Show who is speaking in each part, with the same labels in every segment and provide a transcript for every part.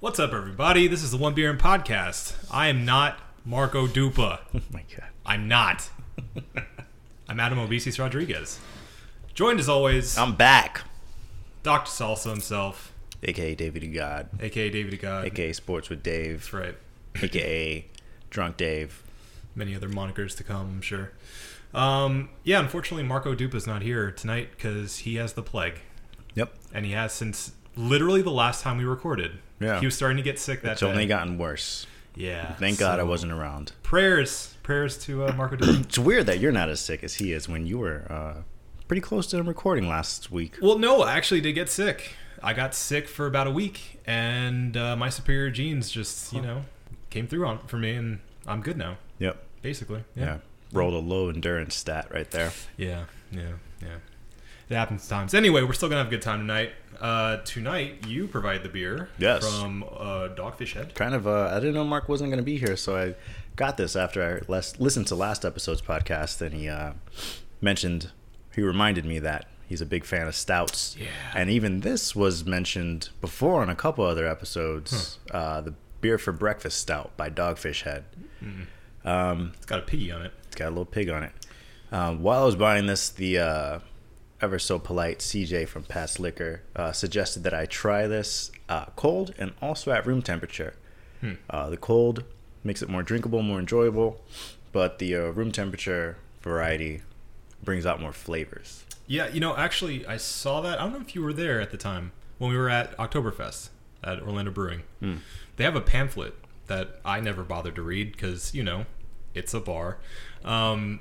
Speaker 1: What's up, everybody? This is the One Beer and Podcast. I am not Marco Dupa.
Speaker 2: Oh my god.
Speaker 1: I'm not. I'm Adam Obesis Rodriguez. Joined as always,
Speaker 2: I'm back.
Speaker 1: Dr. Salsa himself,
Speaker 2: AKA David the God.
Speaker 1: aka David the God.
Speaker 2: AKA Sports with
Speaker 1: That's
Speaker 2: Dave.
Speaker 1: right.
Speaker 2: AKA Drunk Dave.
Speaker 1: Many other monikers to come, I'm sure. Um, yeah, unfortunately, Marco Dupa's not here tonight because he has the plague.
Speaker 2: Yep.
Speaker 1: And he has since literally the last time we recorded.
Speaker 2: Yeah.
Speaker 1: He was starting to get sick that
Speaker 2: It's
Speaker 1: day.
Speaker 2: only gotten worse.
Speaker 1: yeah.
Speaker 2: Thank God I
Speaker 1: so-
Speaker 2: wasn't around.
Speaker 1: Prayers. Prayers to uh, Marco Dupa.
Speaker 2: It's weird that you're not as sick as he is when you were uh, pretty close to him recording last week.
Speaker 1: Well, no, I actually did get sick. I got sick for about a week, and uh, my superior genes just, you know, came through on for me, and I'm good now,
Speaker 2: Yep.
Speaker 1: basically.
Speaker 2: Yeah.
Speaker 1: Yeah,
Speaker 2: Rolled a low endurance stat right there.
Speaker 1: yeah, yeah, yeah. It happens times. Anyway, we're still gonna have a good time tonight. Uh, tonight, you provide the beer.
Speaker 2: Yes.
Speaker 1: From uh, Dogfish Head.
Speaker 2: Kind of, uh, I didn't know Mark wasn't going to be here, so I got this after I les- listened to last episode's podcast, and he uh, mentioned, he reminded me that he's a big fan of stouts.
Speaker 1: Yeah.
Speaker 2: And even this was mentioned before on a couple other episodes uh, the Beer for Breakfast Stout by Dogfish Head. Um,
Speaker 1: It's got a piggy on it.
Speaker 2: it's got a little pig on it. Um, while I was buying this, the uh, ever so polite CJ from Pat's Liquor uh, suggested that I try this uh, cold and also at room temperature.
Speaker 1: Hmm.
Speaker 2: Uh, the cold makes it more drinkable, more enjoyable, but the uh, room temperature variety brings out more flavors.
Speaker 1: Yeah, you know, actually, I saw that. I don't know if you were there at the time when we were at Oktoberfest at Orlando Brewing. They have a pamphlet that I never bothered to read because, you know, it's a bar. Um,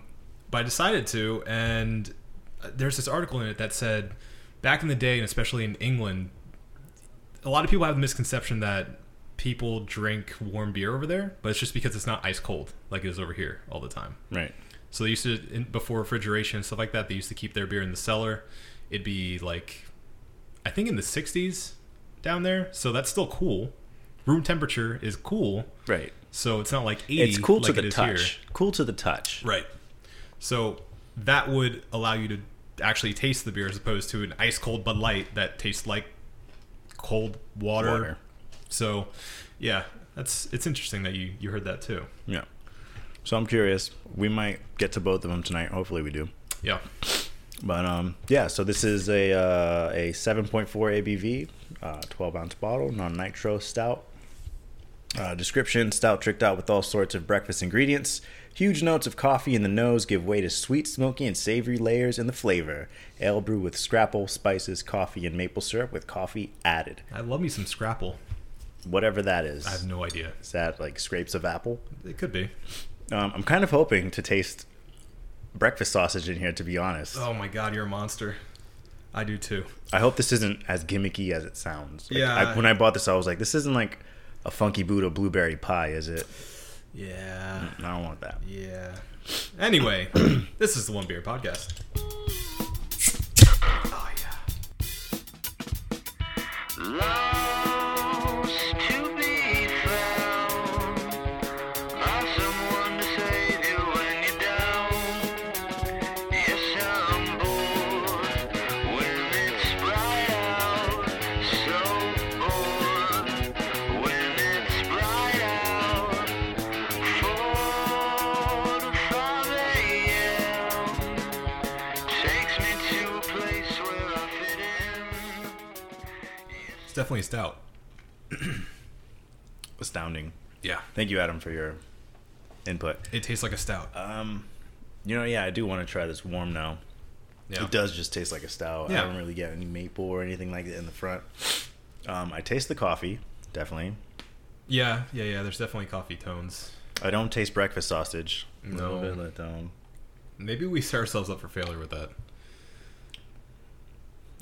Speaker 1: but I decided to, and uh, there's this article in it that said back in the day, and especially in England, a lot of people have the misconception that people drink warm beer over there, but it's just because it's not ice cold like it is over here all the time.
Speaker 2: Right.
Speaker 1: So they used to in, before refrigeration and stuff like that. They used to keep their beer in the cellar. It'd be like, I think in the 60s down there. So that's still cool. Room temperature is cool.
Speaker 2: Right.
Speaker 1: So it's not like 80.
Speaker 2: It's cool
Speaker 1: E, like
Speaker 2: to
Speaker 1: it
Speaker 2: the
Speaker 1: is
Speaker 2: touch. Cool to the touch.
Speaker 1: Here. Right. So that would allow you to actually taste the beer as opposed to an ice cold Bud Light that tastes like cold water.
Speaker 2: Water.
Speaker 1: So, yeah, that's it's interesting that you you heard that too.
Speaker 2: Yeah. So I'm curious. We might get to both of them tonight. Hopefully, we do.
Speaker 1: Yeah.
Speaker 2: But um, yeah, so this is a uh, a 7.4 ABV, uh, 12 ounce bottle, non nitro stout. Uh, description: Stout tricked out with all sorts of breakfast ingredients. Huge notes of coffee in the nose give way to sweet, smoky, and savory layers in the flavor. Ale brew with scrapple, spices, coffee, and maple syrup with coffee added.
Speaker 1: I love me some Scrapple.
Speaker 2: Whatever that is.
Speaker 1: I have no idea.
Speaker 2: is that like scrapes of apple?
Speaker 1: It could be.
Speaker 2: Um, I'm kind of hoping to taste breakfast sausage in here, to be honest.
Speaker 1: Oh my god, you're a monster. I do too.
Speaker 2: I hope this isn't as gimmicky as it sounds. Like,
Speaker 1: Yeah.
Speaker 2: I, when I bought this, I was like, this isn't like a funky Buddha blueberry pie, is it?
Speaker 1: Yeah.
Speaker 2: I don't want that.
Speaker 1: Yeah. Anyway, this is the One Beer Podcast. Oh yeah.
Speaker 3: Lost to be found. Not someone to save you when you're down. Yes, I'm bored when it's bright out. So bored when it's bright out. Four to five a.m. takes me to a place where I fit in.
Speaker 1: It's definitely a stout.
Speaker 2: Astounding.
Speaker 1: Yeah.
Speaker 2: Thank you, Adam, for your input.
Speaker 1: It tastes like a stout.
Speaker 2: Um, you know, yeah, I do want to try this warm now.
Speaker 1: Yeah.
Speaker 2: It does just taste like a stout.
Speaker 1: Yeah.
Speaker 2: I don't really get any maple or anything like that in the front. Um, I taste the coffee, definitely.
Speaker 1: Yeah, yeah, yeah. There's definitely coffee tones.
Speaker 2: I don't taste breakfast sausage. A little
Speaker 1: No.
Speaker 2: bit um, let down.
Speaker 1: Maybe we set ourselves up for failure with that.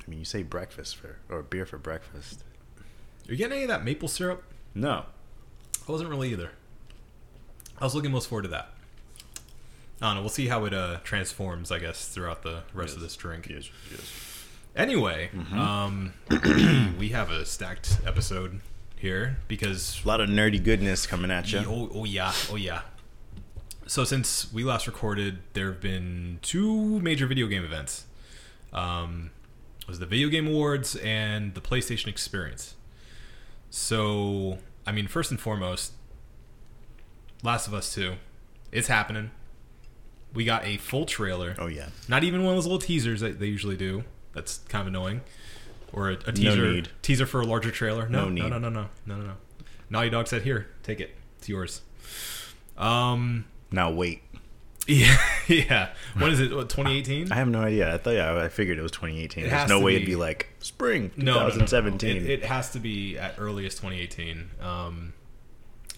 Speaker 2: I mean, you say breakfast for or beer for breakfast.
Speaker 1: Are you getting any of that maple syrup?
Speaker 2: No,
Speaker 1: I wasn't really either. I was looking most forward to that. I don't know. We'll see how it uh, transforms, I guess, throughout the rest of this drink.
Speaker 2: Yes, yes.
Speaker 1: Anyway, um, we have a stacked episode here because
Speaker 2: A lot of nerdy goodness coming at you.
Speaker 1: oh, oh yeah, oh yeah. So since we last recorded, there have been two major video game events. Um, it was the Video Game Awards and the PlayStation Experience. So, I mean, first and foremost, Last of Us 2. It's happening. We got a full trailer.
Speaker 2: Oh yeah.
Speaker 1: Not even one of those little teasers that they usually do. That's kind of annoying. Or a, a teaser
Speaker 2: need.
Speaker 1: teaser for a larger trailer. No,
Speaker 2: No
Speaker 1: no,
Speaker 2: need.
Speaker 1: no, no, no, no, no, no. Naughty Dog said, "Here, take it. It's yours." Um.
Speaker 2: Now wait.
Speaker 1: Yeah. Yeah. When is it? What, 2018?
Speaker 2: I have no idea. I thought yeah, I figured it was 2018.
Speaker 1: It
Speaker 2: There's
Speaker 1: has
Speaker 2: no
Speaker 1: to
Speaker 2: way
Speaker 1: be.
Speaker 2: it'd be like spring
Speaker 1: No, no, no, no, no.
Speaker 2: 2017.
Speaker 1: It, it has to be at earliest 2018. Um.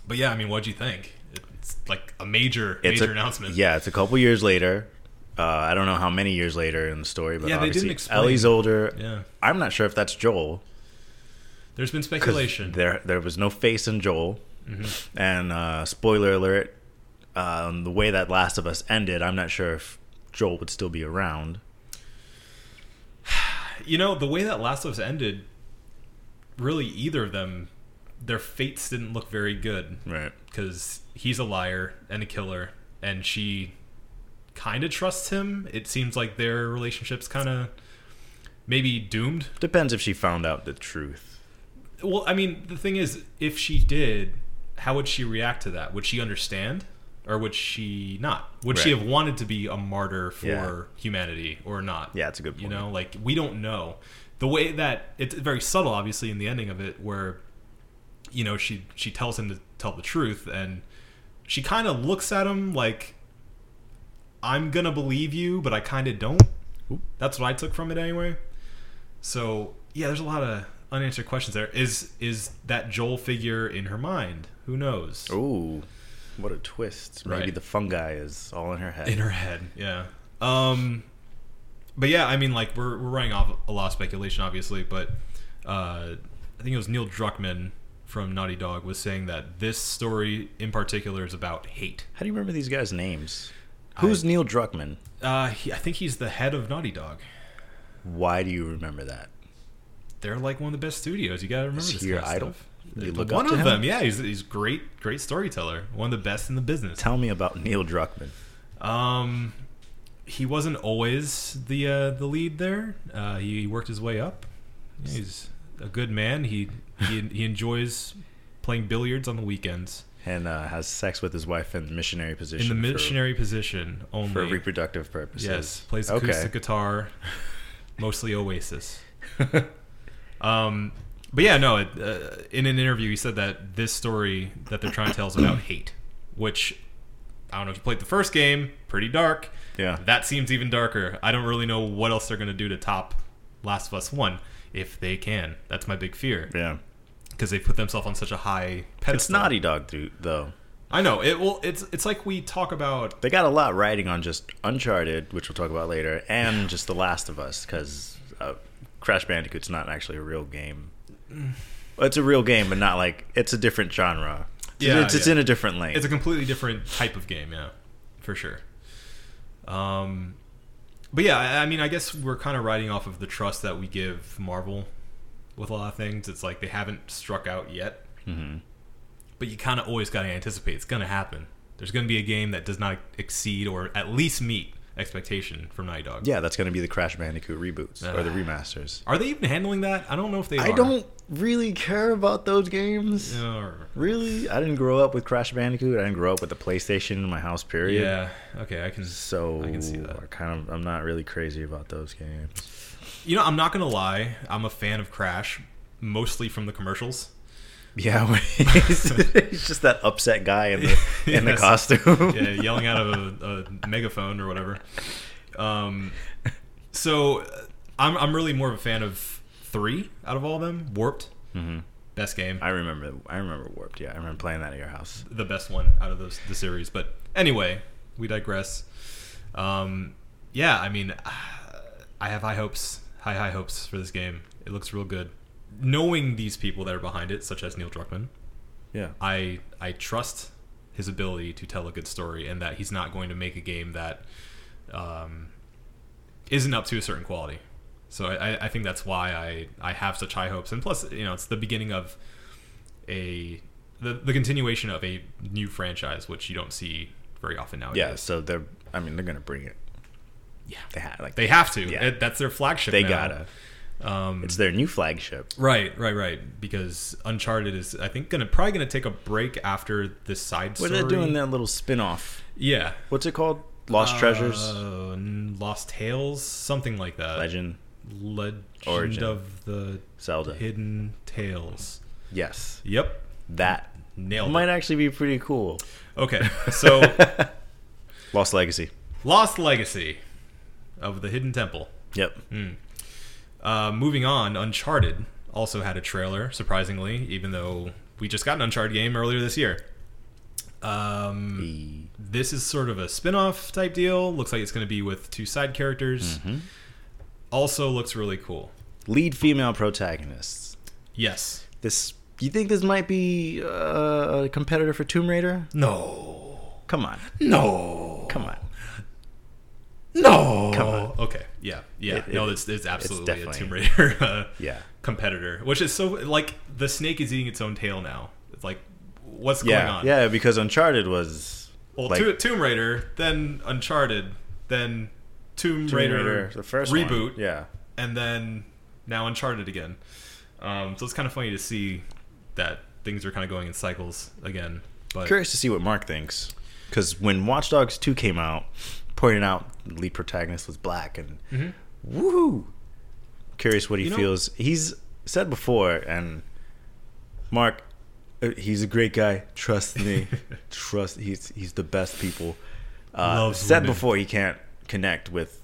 Speaker 1: But yeah, I mean, what'd you think? It's like a major
Speaker 2: it's
Speaker 1: major
Speaker 2: a,
Speaker 1: announcement.
Speaker 2: Yeah, it's a couple years later. Uh, I don't know how many years later in the story, but
Speaker 1: Yeah, they didn't
Speaker 2: obviously
Speaker 1: explain.
Speaker 2: Ellie's older.
Speaker 1: Yeah.
Speaker 2: I'm not sure if that's Joel.
Speaker 1: There's been
Speaker 2: 'cause
Speaker 1: speculation.
Speaker 2: There, there was no face in Joel.
Speaker 1: Mm-hmm.
Speaker 2: And uh, spoiler alert: um, the way that Last of Us ended, I'm not sure if Joel would still be around.
Speaker 1: You know, the way that Last of Us ended, really either of them, their fates didn't look very good.
Speaker 2: Right.
Speaker 1: Because he's a liar and a killer, and she kind of trusts him. It seems like their relationship's kind of maybe doomed.
Speaker 2: Depends if she found out the truth.
Speaker 1: Well, I mean, the thing is, if she did, how would she react to that? Would she understand? Or would she not? Would she
Speaker 2: Right.
Speaker 1: have wanted to be a martyr for
Speaker 2: Yeah.
Speaker 1: humanity or not?
Speaker 2: Yeah, it's a good point.
Speaker 1: You know, like we don't know. The way that it's very subtle, obviously, in the ending of it, where you know she she tells him to tell the truth, and she kind of looks at him like, "I'm gonna believe you, but I kind of don't."
Speaker 2: Oop.
Speaker 1: That's what I took from it anyway. So yeah, there's a lot of unanswered questions there. Is is that Joel figure in her mind? Who knows?
Speaker 2: Ooh, what a twist! Maybe
Speaker 1: Right.
Speaker 2: the fungi is all in her head.
Speaker 1: in her head. Yeah. Um, but yeah, I mean, like we're we're running off a lot of speculation, obviously, but uh, I think it was Neil Druckmann from Naughty Dog was saying that this story in particular is about hate.
Speaker 2: How do you remember these guys' names? Who's Neil Druckmann?
Speaker 1: Uh, he, I think he's the head of Naughty Dog.
Speaker 2: Why do you remember that?
Speaker 1: They're like one of the best studios. You gotta remember
Speaker 2: Is
Speaker 1: this
Speaker 2: he your
Speaker 1: kind
Speaker 2: idol?
Speaker 1: of stuff.
Speaker 2: You look
Speaker 1: one
Speaker 2: up to
Speaker 1: of
Speaker 2: him?
Speaker 1: them, yeah, he's he's great, great storyteller. One of the best in the business.
Speaker 2: Tell me about Neil Druckmann.
Speaker 1: Um, he wasn't always the uh, the lead there. Uh, he worked his way up. He's a good man. He he, he enjoys playing billiards on the weekends
Speaker 2: And uh, has sex with his wife in the missionary
Speaker 1: in
Speaker 2: position.
Speaker 1: the
Speaker 2: for-
Speaker 1: missionary position only.
Speaker 2: for, reproductive purposes.
Speaker 1: yes, plays acoustic guitar, mostly Oasis. Um, but yeah, no. It, uh, in an interview, he said that this story that they're trying to tell is about hate, which I don't know if you played the first game, pretty dark.
Speaker 2: Yeah.
Speaker 1: that seems even darker. I don't really know what else they're gonna do to top Last of Us One, if they can. That's my big fear
Speaker 2: yeah.
Speaker 1: because they put themselves on such a high pedestal.
Speaker 2: It's e- Naughty Dog, dude, though.
Speaker 1: I know it. Well, it's it's like we talk about
Speaker 2: They got a lot riding on just Uncharted, which we'll talk about later, and just The Last of Us, because uh, Crash Bandicoot's not actually a real game.
Speaker 1: Mm.
Speaker 2: Well, It's a real game, but not like it's a different genre.
Speaker 1: Yeah,
Speaker 2: it's, it's
Speaker 1: yeah.
Speaker 2: in a different lane.
Speaker 1: It's a completely different type of game, yeah, for sure. Um, but yeah, I, I mean, I guess we're kind of riding off of the trust that we give Marvel with a lot of things. It's like they haven't struck out yet,
Speaker 2: Mhm.
Speaker 1: but you kind of always got to anticipate it's going to happen. There's going to be a game that does not exceed or at least meet expectation from Naughty Dog.
Speaker 2: Yeah, that's going to be the Crash Bandicoot reboots or the
Speaker 1: Ah.
Speaker 2: remasters.
Speaker 1: Are they even handling that? I don't know if they.
Speaker 2: I
Speaker 1: are.
Speaker 2: don't really care about those games.
Speaker 1: Or-
Speaker 2: Really, I didn't grow up with Crash Bandicoot. I didn't grow up with the PlayStation in my house. Period.
Speaker 1: yeah. Okay. I can.
Speaker 2: So
Speaker 1: I can see that.
Speaker 2: I kind of, I'm not really crazy about those games.
Speaker 1: You know, I'm not gonna lie. I'm a fan of Crash, mostly from the commercials.
Speaker 2: Yeah, when he's, he's just that upset guy in the in the
Speaker 1: Yes.
Speaker 2: costume.
Speaker 1: yeah, yelling out of a, a megaphone or whatever. Um, so uh, I'm I'm really more of a fan of three out of all of them. Warped,
Speaker 2: hmm
Speaker 1: best game,
Speaker 2: I remember. I remember Warped. Yeah, I remember playing that at your house.
Speaker 1: the best one out of those the series. But anyway, we digress. Um, yeah, I mean, I have high hopes, high high hopes for this game. It looks real good. Knowing these people that are behind it, such as Neil Druckmann,
Speaker 2: Yeah.
Speaker 1: I I trust his ability to tell a good story, and that he's not going to make a game that um, isn't up to a certain quality. So I, I- I think that's why I, I have such high hopes, and plus you know it's the beginning of a the, the continuation of a new franchise, which you don't see very often nowadays.
Speaker 2: Yeah. So they're. I mean, they're gonna bring it.
Speaker 1: Yeah.
Speaker 2: They had like
Speaker 1: they have to.
Speaker 2: Yeah.
Speaker 1: It- that's their flagship.
Speaker 2: They
Speaker 1: now.
Speaker 2: gotta.
Speaker 1: Um,
Speaker 2: It's their new flagship.
Speaker 1: right, right, right. Because Uncharted is, I think, gonna probably gonna take a break after this side
Speaker 2: What
Speaker 1: story.
Speaker 2: are they doing that little spin off?
Speaker 1: Yeah,
Speaker 2: What's it called? Lost Treasures?
Speaker 1: Uh, n- Lost Tales, something like that.
Speaker 2: Legend?
Speaker 1: Legend
Speaker 2: Origin.
Speaker 1: of the
Speaker 2: Zelda.
Speaker 1: Hidden Tales.
Speaker 2: Yes.
Speaker 1: Yep,
Speaker 2: That.
Speaker 1: nailed
Speaker 2: Might
Speaker 1: it.
Speaker 2: actually be pretty cool.
Speaker 1: Okay, so
Speaker 2: Lost Legacy.
Speaker 1: Lost Legacy of the Hidden Temple.
Speaker 2: Yep.
Speaker 1: Hmm. Uh, moving on, Uncharted also had a trailer, surprisingly, even though we just got an Uncharted game earlier this year. Um,
Speaker 2: E-
Speaker 1: this is sort of a spin-off type deal. Looks like it's going to be with two side characters.
Speaker 2: Mm-hmm.
Speaker 1: Also looks really cool.
Speaker 2: Lead female protagonists.
Speaker 1: Yes.
Speaker 2: This. You think this might be uh, a competitor for Tomb Raider?
Speaker 1: No.
Speaker 2: Come on.
Speaker 1: No.
Speaker 2: Come on.
Speaker 1: No.
Speaker 2: Come on.
Speaker 1: Okay. Yeah. Yeah.
Speaker 2: It-
Speaker 1: no,
Speaker 2: it-
Speaker 1: it's, it's absolutely a
Speaker 2: definitely-
Speaker 1: Tomb Raider uh,
Speaker 2: Yeah.
Speaker 1: competitor, which is so like the snake is eating its own tail now. It's like, what's going
Speaker 2: Yeah.
Speaker 1: on?
Speaker 2: Yeah, because Uncharted was.
Speaker 1: Well,
Speaker 2: like-
Speaker 1: to- Tomb Raider, then Uncharted, then Tomb,
Speaker 2: Tomb
Speaker 1: Raider,
Speaker 2: the first one.
Speaker 1: reboot,
Speaker 2: Yeah.
Speaker 1: and then now Uncharted again. Um, so it's kind of funny to see that things are kind of going in cycles again. But
Speaker 2: Curious to see what Mark thinks, because when Watch Dogs Two came out, pointing out the lead protagonist was black and woohoo. Curious what he
Speaker 1: Mm-hmm. You know-
Speaker 2: feels. He's said before, and Mark, uh, he's a great guy. Trust me, trust. He's he's the best people. Uh,
Speaker 1: Loves
Speaker 2: said
Speaker 1: women.
Speaker 2: before he can't connect with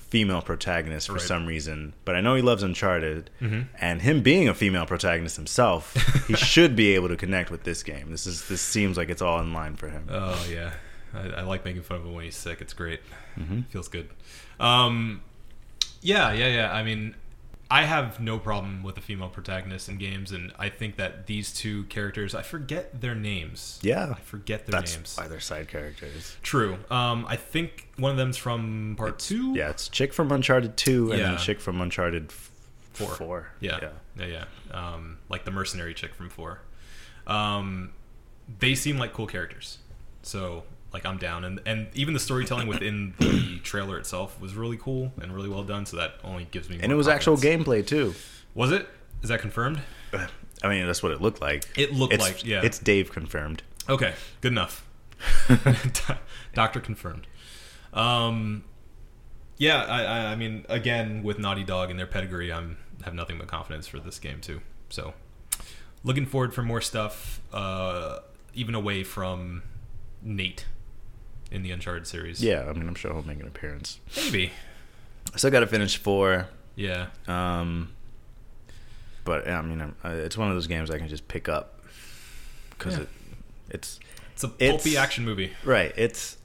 Speaker 2: female protagonists for
Speaker 1: Right.
Speaker 2: some reason, but I know he loves Uncharted,
Speaker 1: Mhm.
Speaker 2: and him being a female protagonist himself, he should be able to connect with this game. This is this seems like it's all in line for him.
Speaker 1: oh yeah, I, I like making fun of him when he's sick. It's great.
Speaker 2: Mm-hmm.
Speaker 1: Feels good. Um, yeah, yeah, yeah. I mean, I have no problem with the female protagonists in games, and I think that these two characters—I forget their names.
Speaker 2: yeah,
Speaker 1: I forget their
Speaker 2: that's
Speaker 1: names.
Speaker 2: why they're side characters.
Speaker 1: True. Um, I think one of them's from part two.
Speaker 2: Yeah, it's chick from Uncharted Two, and
Speaker 1: Yeah.
Speaker 2: then chick from Uncharted f-
Speaker 1: Four.
Speaker 2: Four.
Speaker 1: Yeah. Yeah. Yeah. Um, like the mercenary chick from four. Um, they seem like cool characters, so like I'm down. And and even the storytelling within the trailer itself was really cool and really well done. So that only gives me.
Speaker 2: and
Speaker 1: more
Speaker 2: it was actual
Speaker 1: confidence.
Speaker 2: gameplay too.
Speaker 1: Was it? Is that confirmed?
Speaker 2: I mean, that's what it looked like.
Speaker 1: It looked
Speaker 2: It's-
Speaker 1: like yeah.
Speaker 2: it's Dave confirmed.
Speaker 1: Okay, good enough. Doctor confirmed. Um, yeah, I, I, I mean, again, with Naughty Dog and their pedigree, I'm have nothing but confidence for this game too. So, looking forward for more stuff, uh, even away from Nate in the Uncharted series.
Speaker 2: Yeah, I mean, I'm sure he'll make an appearance.
Speaker 1: maybe.
Speaker 2: I still got to finish four.
Speaker 1: Yeah,
Speaker 2: Um, but I mean, I'm, uh, it's one of those games I can just pick up because
Speaker 1: Yeah.
Speaker 2: it, it's
Speaker 1: it's a
Speaker 2: It's-
Speaker 1: pulpy action movie,
Speaker 2: right. It's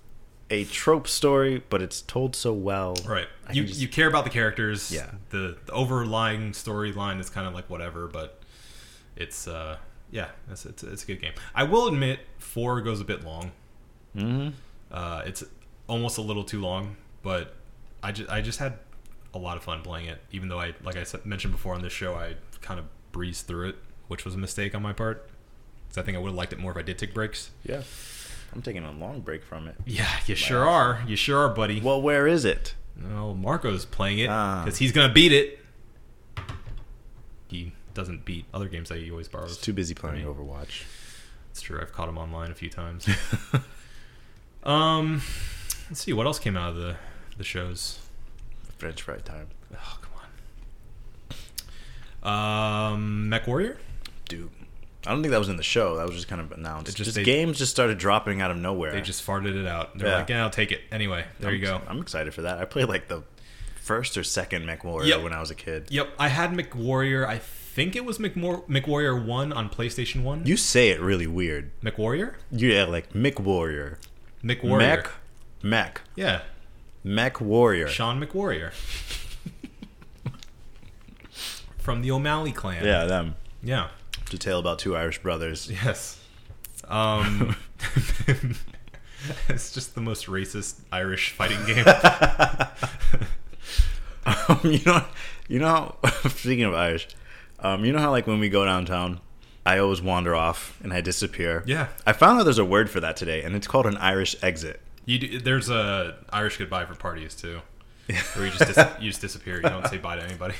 Speaker 2: a trope story, but it's told so well.
Speaker 1: right?
Speaker 2: I
Speaker 1: You
Speaker 2: can just-
Speaker 1: you care about the characters.
Speaker 2: Yeah.
Speaker 1: The, the overlying storyline is kind of like whatever, but it's uh yeah it's, it's it's a good game i will admit four goes a bit long
Speaker 2: Mhm.
Speaker 1: uh it's almost a little too long but i just i just had a lot of fun playing it even though i like i said- mentioned before on this show i kind of breezed through it which was a mistake on my part because i think i would have liked it more if i did take breaks
Speaker 2: Yeah, I'm taking a long break from it.
Speaker 1: yeah you sure are you sure are buddy
Speaker 2: Well, where is it?
Speaker 1: oh marco's playing it
Speaker 2: Ah.
Speaker 1: because he's gonna beat it he doesn't beat other games that he always borrows
Speaker 2: It's too busy playing
Speaker 1: Right.
Speaker 2: Overwatch.
Speaker 1: It's true. I've caught him online a few times. um, let's see what else came out of the the shows.
Speaker 2: French fry time,
Speaker 1: Oh, come on. Um, Mech Warrior.
Speaker 2: dude. I don't think that was in the show. That was just kind of announced.
Speaker 1: It
Speaker 2: Just,
Speaker 1: just- they-
Speaker 2: games just started dropping out of nowhere.
Speaker 1: They just farted it out. They're
Speaker 2: Yeah.
Speaker 1: like, yeah, I'll take it. Anyway, there
Speaker 2: I'm,
Speaker 1: you go.
Speaker 2: I'm excited for that. I played like the first or second MechWarrior
Speaker 1: Yep.
Speaker 2: when I was a kid.
Speaker 1: Yep, I had McWarrior. I think it was McMor- McWarrior One on PlayStation One.
Speaker 2: You say it really weird.
Speaker 1: McWarrior.
Speaker 2: Yeah, like Mick Warrior.
Speaker 1: McWarrior.
Speaker 2: Mech. Mech.
Speaker 1: Yeah,
Speaker 2: Mech Warrior.
Speaker 1: Sean McWarrior. From the O'Malley clan.
Speaker 2: Yeah, them.
Speaker 1: Yeah.
Speaker 2: It's a tale about two Irish brothers.
Speaker 1: Yes. Um, it's just the most racist Irish fighting game.
Speaker 2: Um, you know, you know. How, speaking of Irish, um, you know how like when we go downtown, I always wander off and I disappear.
Speaker 1: Yeah.
Speaker 2: I found out there's a word for that today, and it's called an Irish exit.
Speaker 1: you do, there's a Irish goodbye for parties too, where you just dis- you just disappear. You don't say bye to anybody.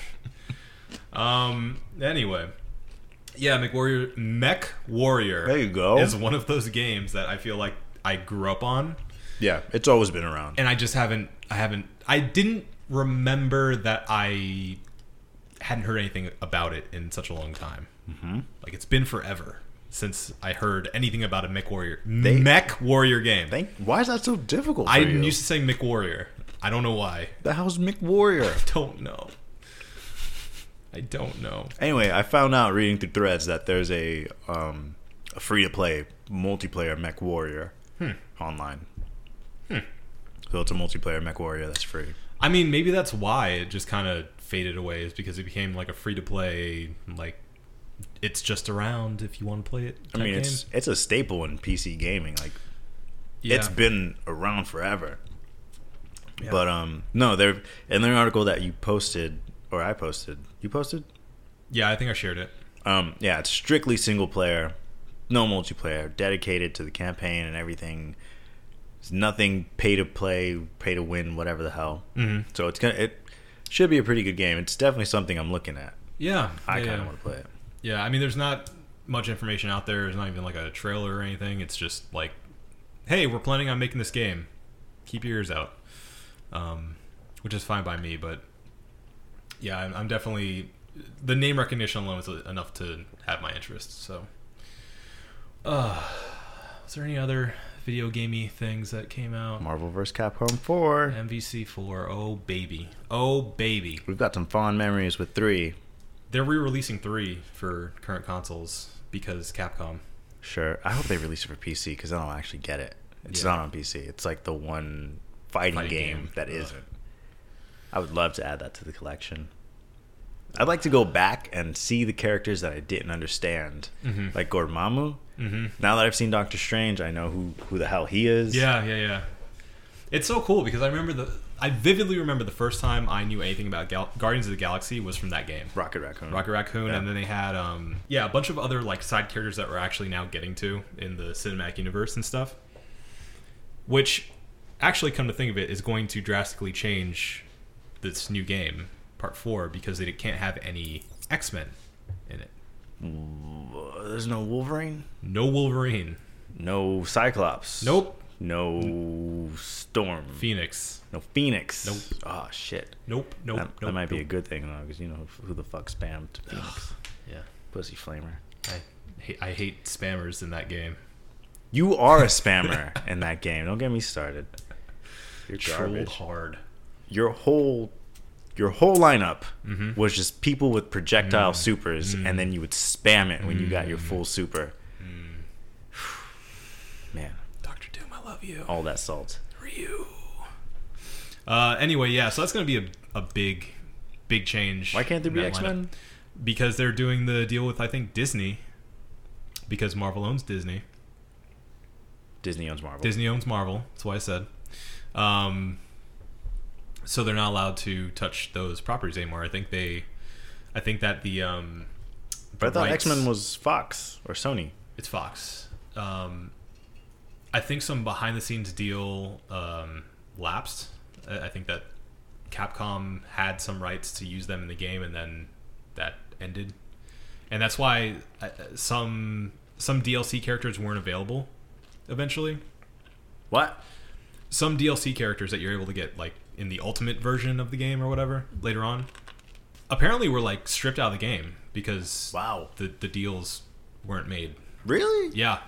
Speaker 1: Um. Anyway, yeah, McWarrior, Mech Warrior.
Speaker 2: There you go.
Speaker 1: Is one of those games that I feel like I grew up on,
Speaker 2: Yeah, it's always been around.
Speaker 1: and I just haven't. I haven't. I didn't remember that I hadn't heard anything about it in such a long time. Mm-hmm. Like it's been forever since I heard anything about a Mech Warrior. Mech Warrior game.
Speaker 2: Thank. Why is that so difficult? For
Speaker 1: I
Speaker 2: you?
Speaker 1: used to say Mech Warrior. I don't know why.
Speaker 2: the hell's Mick Warrior.
Speaker 1: Don't know. I don't know.
Speaker 2: Anyway, I found out reading through threads that there's a um, a free to play multiplayer Mech Warrior
Speaker 1: Hmm.
Speaker 2: online. So it's a multiplayer Mech Warrior that's free.
Speaker 1: I mean, maybe that's why it just kind of faded away is because it became like a free to play, like it's just around if you want to play it.
Speaker 2: I
Speaker 1: type
Speaker 2: mean, it's
Speaker 1: game.
Speaker 2: it's a staple in PC gaming. Like
Speaker 1: yeah.
Speaker 2: it's been around forever.
Speaker 1: Yeah.
Speaker 2: But um, no, there in their article that you posted or I posted, you posted.
Speaker 1: yeah, I think I shared it.
Speaker 2: Um, yeah, it's strictly single player, no multiplayer, dedicated to the campaign and everything. It's nothing pay to play, pay to win, whatever the hell. Mm-hmm. So it's gonna it should be a pretty good game. It's definitely something I'm looking at.
Speaker 1: Yeah,
Speaker 2: I
Speaker 1: yeah,
Speaker 2: kind of
Speaker 1: yeah.
Speaker 2: want to play it.
Speaker 1: Yeah, I mean, there's not much information out there. There's not even like a trailer or anything. It's just like, hey, we're planning on making this game. Keep your ears out, um, which is fine by me. But yeah, I'm, I'm definitely the name recognition alone is enough to have my interest. So, uh, is there any other video gamey things that came out?
Speaker 2: Marvel vs. Capcom Four.
Speaker 1: MVC4, oh baby, oh baby.
Speaker 2: We've got some fond memories with three.
Speaker 1: They're re-releasing three for current consoles because Capcom.
Speaker 2: Sure, I hope they release it for PC because I don't actually get it. It's
Speaker 1: Yeah.
Speaker 2: not on PC. It's like the one fighting,
Speaker 1: Fighting
Speaker 2: game,
Speaker 1: game.
Speaker 2: that
Speaker 1: Ugh.
Speaker 2: isn't. I would love to add that to the collection. I'd like to go back and see the characters that I didn't understand, like Gormammu. Mm-hmm. Now that I've seen Doctor Strange, I know who who the hell he is.
Speaker 1: Yeah, yeah, yeah. It's so cool because I remember the. I vividly remember the first time I knew anything about Gal- Guardians of the Galaxy was from that game.
Speaker 2: Rocket Raccoon.
Speaker 1: Rocket Raccoon,
Speaker 2: Yeah.
Speaker 1: and then they had um yeah a bunch of other like side characters that we're actually now getting to in the cinematic universe and stuff, which actually come to think of it is going to drastically change this new game part four because it can't have any X Men in it.
Speaker 2: Uh, There's no Wolverine.
Speaker 1: No Wolverine.
Speaker 2: No Cyclops.
Speaker 1: Nope.
Speaker 2: No Storm.
Speaker 1: Phoenix.
Speaker 2: no Phoenix.
Speaker 1: Nope.
Speaker 2: Oh shit.
Speaker 1: Nope. Nope.
Speaker 2: that, that
Speaker 1: nope,
Speaker 2: might be a
Speaker 1: nope.
Speaker 2: good thing though, because you know who the fuck spammed Phoenix,
Speaker 1: yeah.
Speaker 2: pussy flamer.
Speaker 1: I hate, I hate spammers in that game.
Speaker 2: You are a spammer in that game. Don't get me started. You're
Speaker 1: Trolled
Speaker 2: garbage.
Speaker 1: hard.
Speaker 2: Your whole your whole lineup
Speaker 1: Mm-hmm.
Speaker 2: was just people with projectile supers, and then you would spam it when you got your
Speaker 1: Mm-hmm.
Speaker 2: full super. Man,
Speaker 1: Doctor Doom, I love you.
Speaker 2: all that salt.
Speaker 1: Ryu. Uh, anyway, yeah, so that's gonna be a, a big, big change.
Speaker 2: Why can't there
Speaker 1: in
Speaker 2: be
Speaker 1: that
Speaker 2: X Men?
Speaker 1: lineup. Because they're doing the deal with I think Disney. Because Marvel owns Disney.
Speaker 2: Disney owns Marvel.
Speaker 1: Disney owns Marvel. That's why I said. Um, so they're not allowed to touch those properties anymore. I think they, I think that the um,
Speaker 2: but I thought
Speaker 1: rights-
Speaker 2: X Men was Fox or Sony.
Speaker 1: It's Fox. Um, I think some behind the scenes deal um, lapsed. I I think that Capcom had some rights to use them in the game, and then that ended. And that's why uh, some some DLC characters weren't available. Eventually,
Speaker 2: What?
Speaker 1: some DLC characters that you're able to get like in the ultimate version of the game or whatever later on, apparently were like stripped out of the game because
Speaker 2: Wow.
Speaker 1: the the deals weren't made.
Speaker 2: Really?
Speaker 1: Yeah,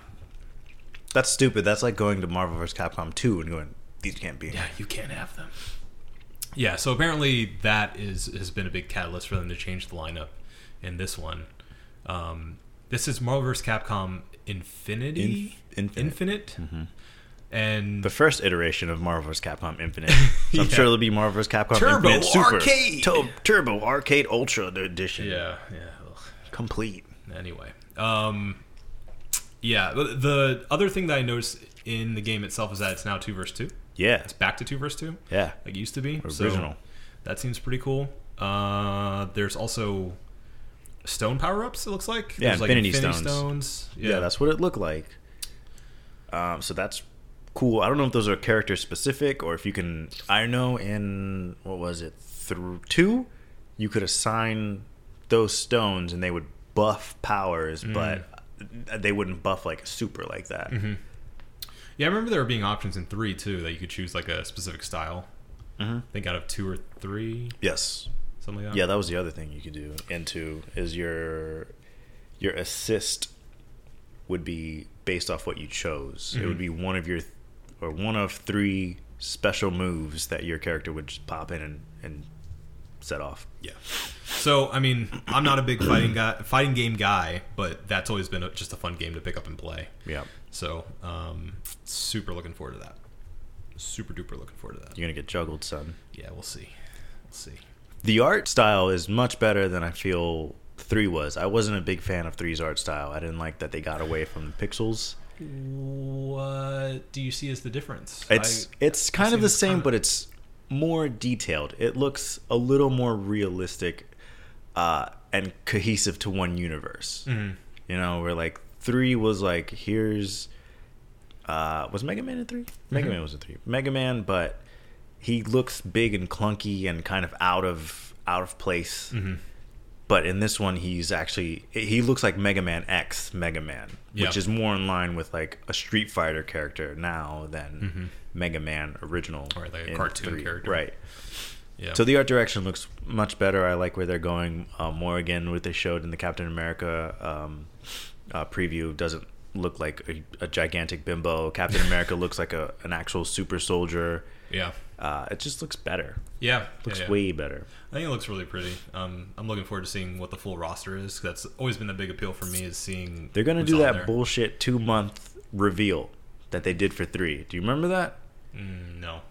Speaker 2: That's stupid. That's like going to Marvel vs. Capcom 2 and going, these can't be. in
Speaker 1: Yeah, you can't have them. Yeah, so apparently that is has been a big catalyst for them to change the lineup in this one. Um, this is Marvel vs. Capcom Infinity,
Speaker 2: Inf- Infinite.
Speaker 1: and
Speaker 2: The first iteration of Marvel vs. Capcom Infinite. So I'm
Speaker 1: Yeah.
Speaker 2: sure it'll be Marvel vs. Capcom
Speaker 1: Turbo
Speaker 2: Infinite Super.
Speaker 1: Arcade!
Speaker 2: To- Turbo Arcade Ultra Edition.
Speaker 1: yeah, yeah. ugh.
Speaker 2: Complete.
Speaker 1: anyway um yeah the, the other thing that i noticed in the game itself is that it's now 2 versus 2
Speaker 2: Yeah.
Speaker 1: it's back to 2 versus 2
Speaker 2: Yeah.
Speaker 1: like it used to be So
Speaker 2: Original.
Speaker 1: that seems pretty cool uh there's also stone power-ups it looks like
Speaker 2: Yeah,
Speaker 1: there's like
Speaker 2: Infinity Stones.
Speaker 1: stones yeah,
Speaker 2: Yeah. that's what it looked like. Um, so that's cool. I don't know if those are character specific or if you can. I know in, what was it, through 2, you could assign those stones and they would buff powers, but they wouldn't buff like a super like that.
Speaker 1: Yeah, I remember there were being options in three too that you could choose like a specific style.
Speaker 2: Mm-hmm.
Speaker 1: I think out of two or three,
Speaker 2: Yes.
Speaker 1: something like that.
Speaker 2: Yeah, that was the other thing you could do. Into is your your assist would be based off what you chose. It would be one of your th- or one of three special moves that your character would just pop in and, and set off.
Speaker 1: Yeah. So I mean, I'm not a big fighting guy, fighting game guy, but that's always been a, just a fun game to pick up and play.
Speaker 2: Yeah.
Speaker 1: So um, super looking forward to that. Super duper looking forward to that.
Speaker 2: You're gonna get juggled, son.
Speaker 1: Yeah, we'll see. We'll see.
Speaker 2: The art style is much better than I feel three was. I wasn't a big fan of three's art style. I didn't like that they got away from the pixels.
Speaker 1: What do you see as the difference?
Speaker 2: It's
Speaker 1: I-
Speaker 2: it's kind of
Speaker 1: seen
Speaker 2: the
Speaker 1: this
Speaker 2: same,
Speaker 1: comment.
Speaker 2: but it's more detailed. It looks a little more realistic uh, and cohesive to one universe.
Speaker 1: Mm-hmm.
Speaker 2: You know, where like three was like here's uh, was Mega Man in 3 Mega
Speaker 1: Mm-hmm.
Speaker 2: Man was in three. Mega Man, but he looks big and clunky and kind of out of out of place.
Speaker 1: Mm-hmm.
Speaker 2: But in this one, he's actually he looks like Mega Man X Mega Man,
Speaker 1: Yeah.
Speaker 2: which is more in line with like a Street Fighter character now than Mega Man original,
Speaker 1: Mm-hmm. Or like a
Speaker 2: in
Speaker 1: cartoon character.
Speaker 2: right?
Speaker 1: yeah.
Speaker 2: So the art direction looks much better. I like where they're going uh, more again. What they showed in the Captain America um, uh, preview doesn't look like a, a gigantic bimbo. Captain America looks like a, an actual super soldier.
Speaker 1: yeah.
Speaker 2: Uh, it just looks better.
Speaker 1: Yeah.
Speaker 2: Looks
Speaker 1: yeah, yeah.
Speaker 2: way better.
Speaker 1: I think it looks really pretty. Um, I'm looking forward to seeing what the full roster is. 'cause That's always been the big appeal for me is seeing.
Speaker 2: They're gonna
Speaker 1: who's
Speaker 2: do
Speaker 1: on
Speaker 2: that
Speaker 1: there.
Speaker 2: bullshit two month reveal that they did for three. Do you remember that?
Speaker 1: Mm, no.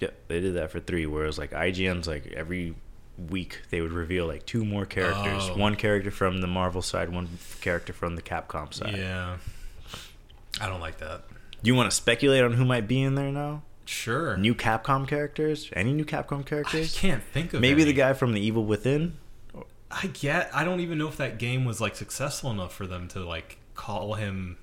Speaker 2: Yep, they did that for three. Where it was like IGN's like every week they would reveal like two more characters,
Speaker 1: Oh.
Speaker 2: one character from the Marvel side, one character from the Capcom side.
Speaker 1: Yeah. I don't like that.
Speaker 2: You want to speculate on who might be in there now?
Speaker 1: Sure.
Speaker 2: New Capcom characters? Any new Capcom
Speaker 1: I
Speaker 2: characters?
Speaker 1: can't think of
Speaker 2: Maybe the
Speaker 1: any.
Speaker 2: guy from The Evil Within.
Speaker 1: I get. I don't even know if that game was like successful enough for them to like call him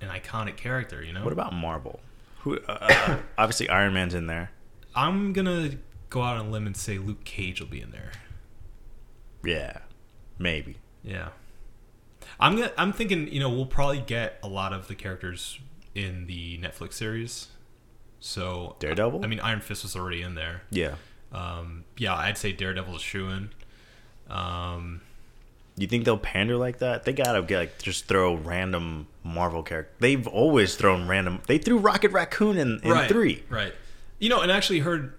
Speaker 1: an iconic character. You know.
Speaker 2: What about Marvel? Who? Uh, obviously, Iron Man's in there.
Speaker 1: I'm gonna go out on a limb and say Luke Cage will be in there.
Speaker 2: Yeah, maybe.
Speaker 1: Yeah. I'm gonna, I'm thinking, you know, we'll probably get a lot of the characters in the Netflix series. So
Speaker 2: Daredevil?
Speaker 1: I mean, Iron Fist was already in there.
Speaker 2: Yeah.
Speaker 1: Um, yeah, I'd say Daredevil's shoe in. Um,
Speaker 2: You think they'll pander like that? They gotta get like just throw random Marvel character. They've always thrown random. They threw Rocket Raccoon in, in
Speaker 1: right,
Speaker 2: three.
Speaker 1: right. You know, and I actually heard,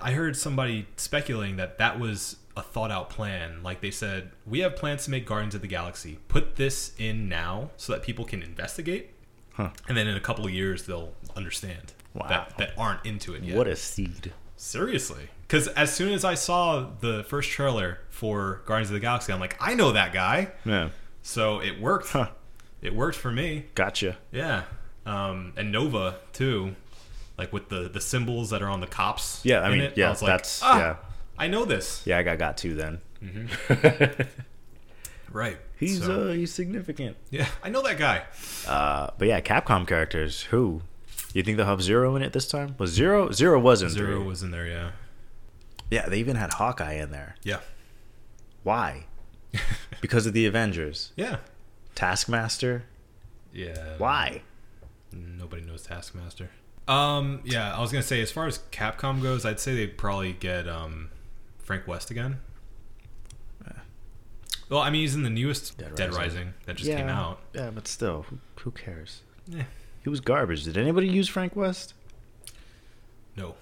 Speaker 1: I heard somebody speculating that that was a thought out plan. Like they said, we have plans to make Guardians of the Galaxy. Put this in now so that people can investigate.
Speaker 2: Huh.
Speaker 1: And then in a couple of years, they'll understand
Speaker 2: Wow.
Speaker 1: that, that aren't into it yet.
Speaker 2: What a seed.
Speaker 1: Seriously. Because as soon as I saw the first trailer for Guardians of the Galaxy, I'm like, I know that guy.
Speaker 2: Yeah.
Speaker 1: So it worked.
Speaker 2: Huh.
Speaker 1: It worked for me.
Speaker 2: Gotcha.
Speaker 1: Yeah. Um, and Nova, too. Like with the, the symbols that are on the cops.
Speaker 2: Yeah, I
Speaker 1: in
Speaker 2: mean,
Speaker 1: it.
Speaker 2: yeah,
Speaker 1: was like,
Speaker 2: that's-
Speaker 1: "Ah,
Speaker 2: yeah.
Speaker 1: I know this.
Speaker 2: Yeah, I got got two then.
Speaker 1: Right.
Speaker 2: He's
Speaker 1: So,
Speaker 2: uh he's significant.
Speaker 1: yeah, I know that guy.
Speaker 2: Uh, but yeah, Capcom characters. Who? You think they'll have Zero in it this time? Was Zero? Zero was in
Speaker 1: Zero
Speaker 2: three.
Speaker 1: was in there, yeah.
Speaker 2: Yeah, they even had Hawkeye in there.
Speaker 1: Yeah.
Speaker 2: Why? because of the Avengers.
Speaker 1: Yeah.
Speaker 2: Taskmaster.
Speaker 1: Yeah.
Speaker 2: Why?
Speaker 1: Nobody knows Taskmaster. Um, yeah, I was gonna say as far as Capcom goes, I'd say they'd probably get um, Frank West again. Well, I mean, he's in the newest
Speaker 2: Dead
Speaker 1: Dead,
Speaker 2: Rising.
Speaker 1: Rising. that just came out.
Speaker 2: Yeah, but still, who, who cares?
Speaker 1: Eh,
Speaker 2: He was garbage. Did anybody use Frank West?
Speaker 1: no,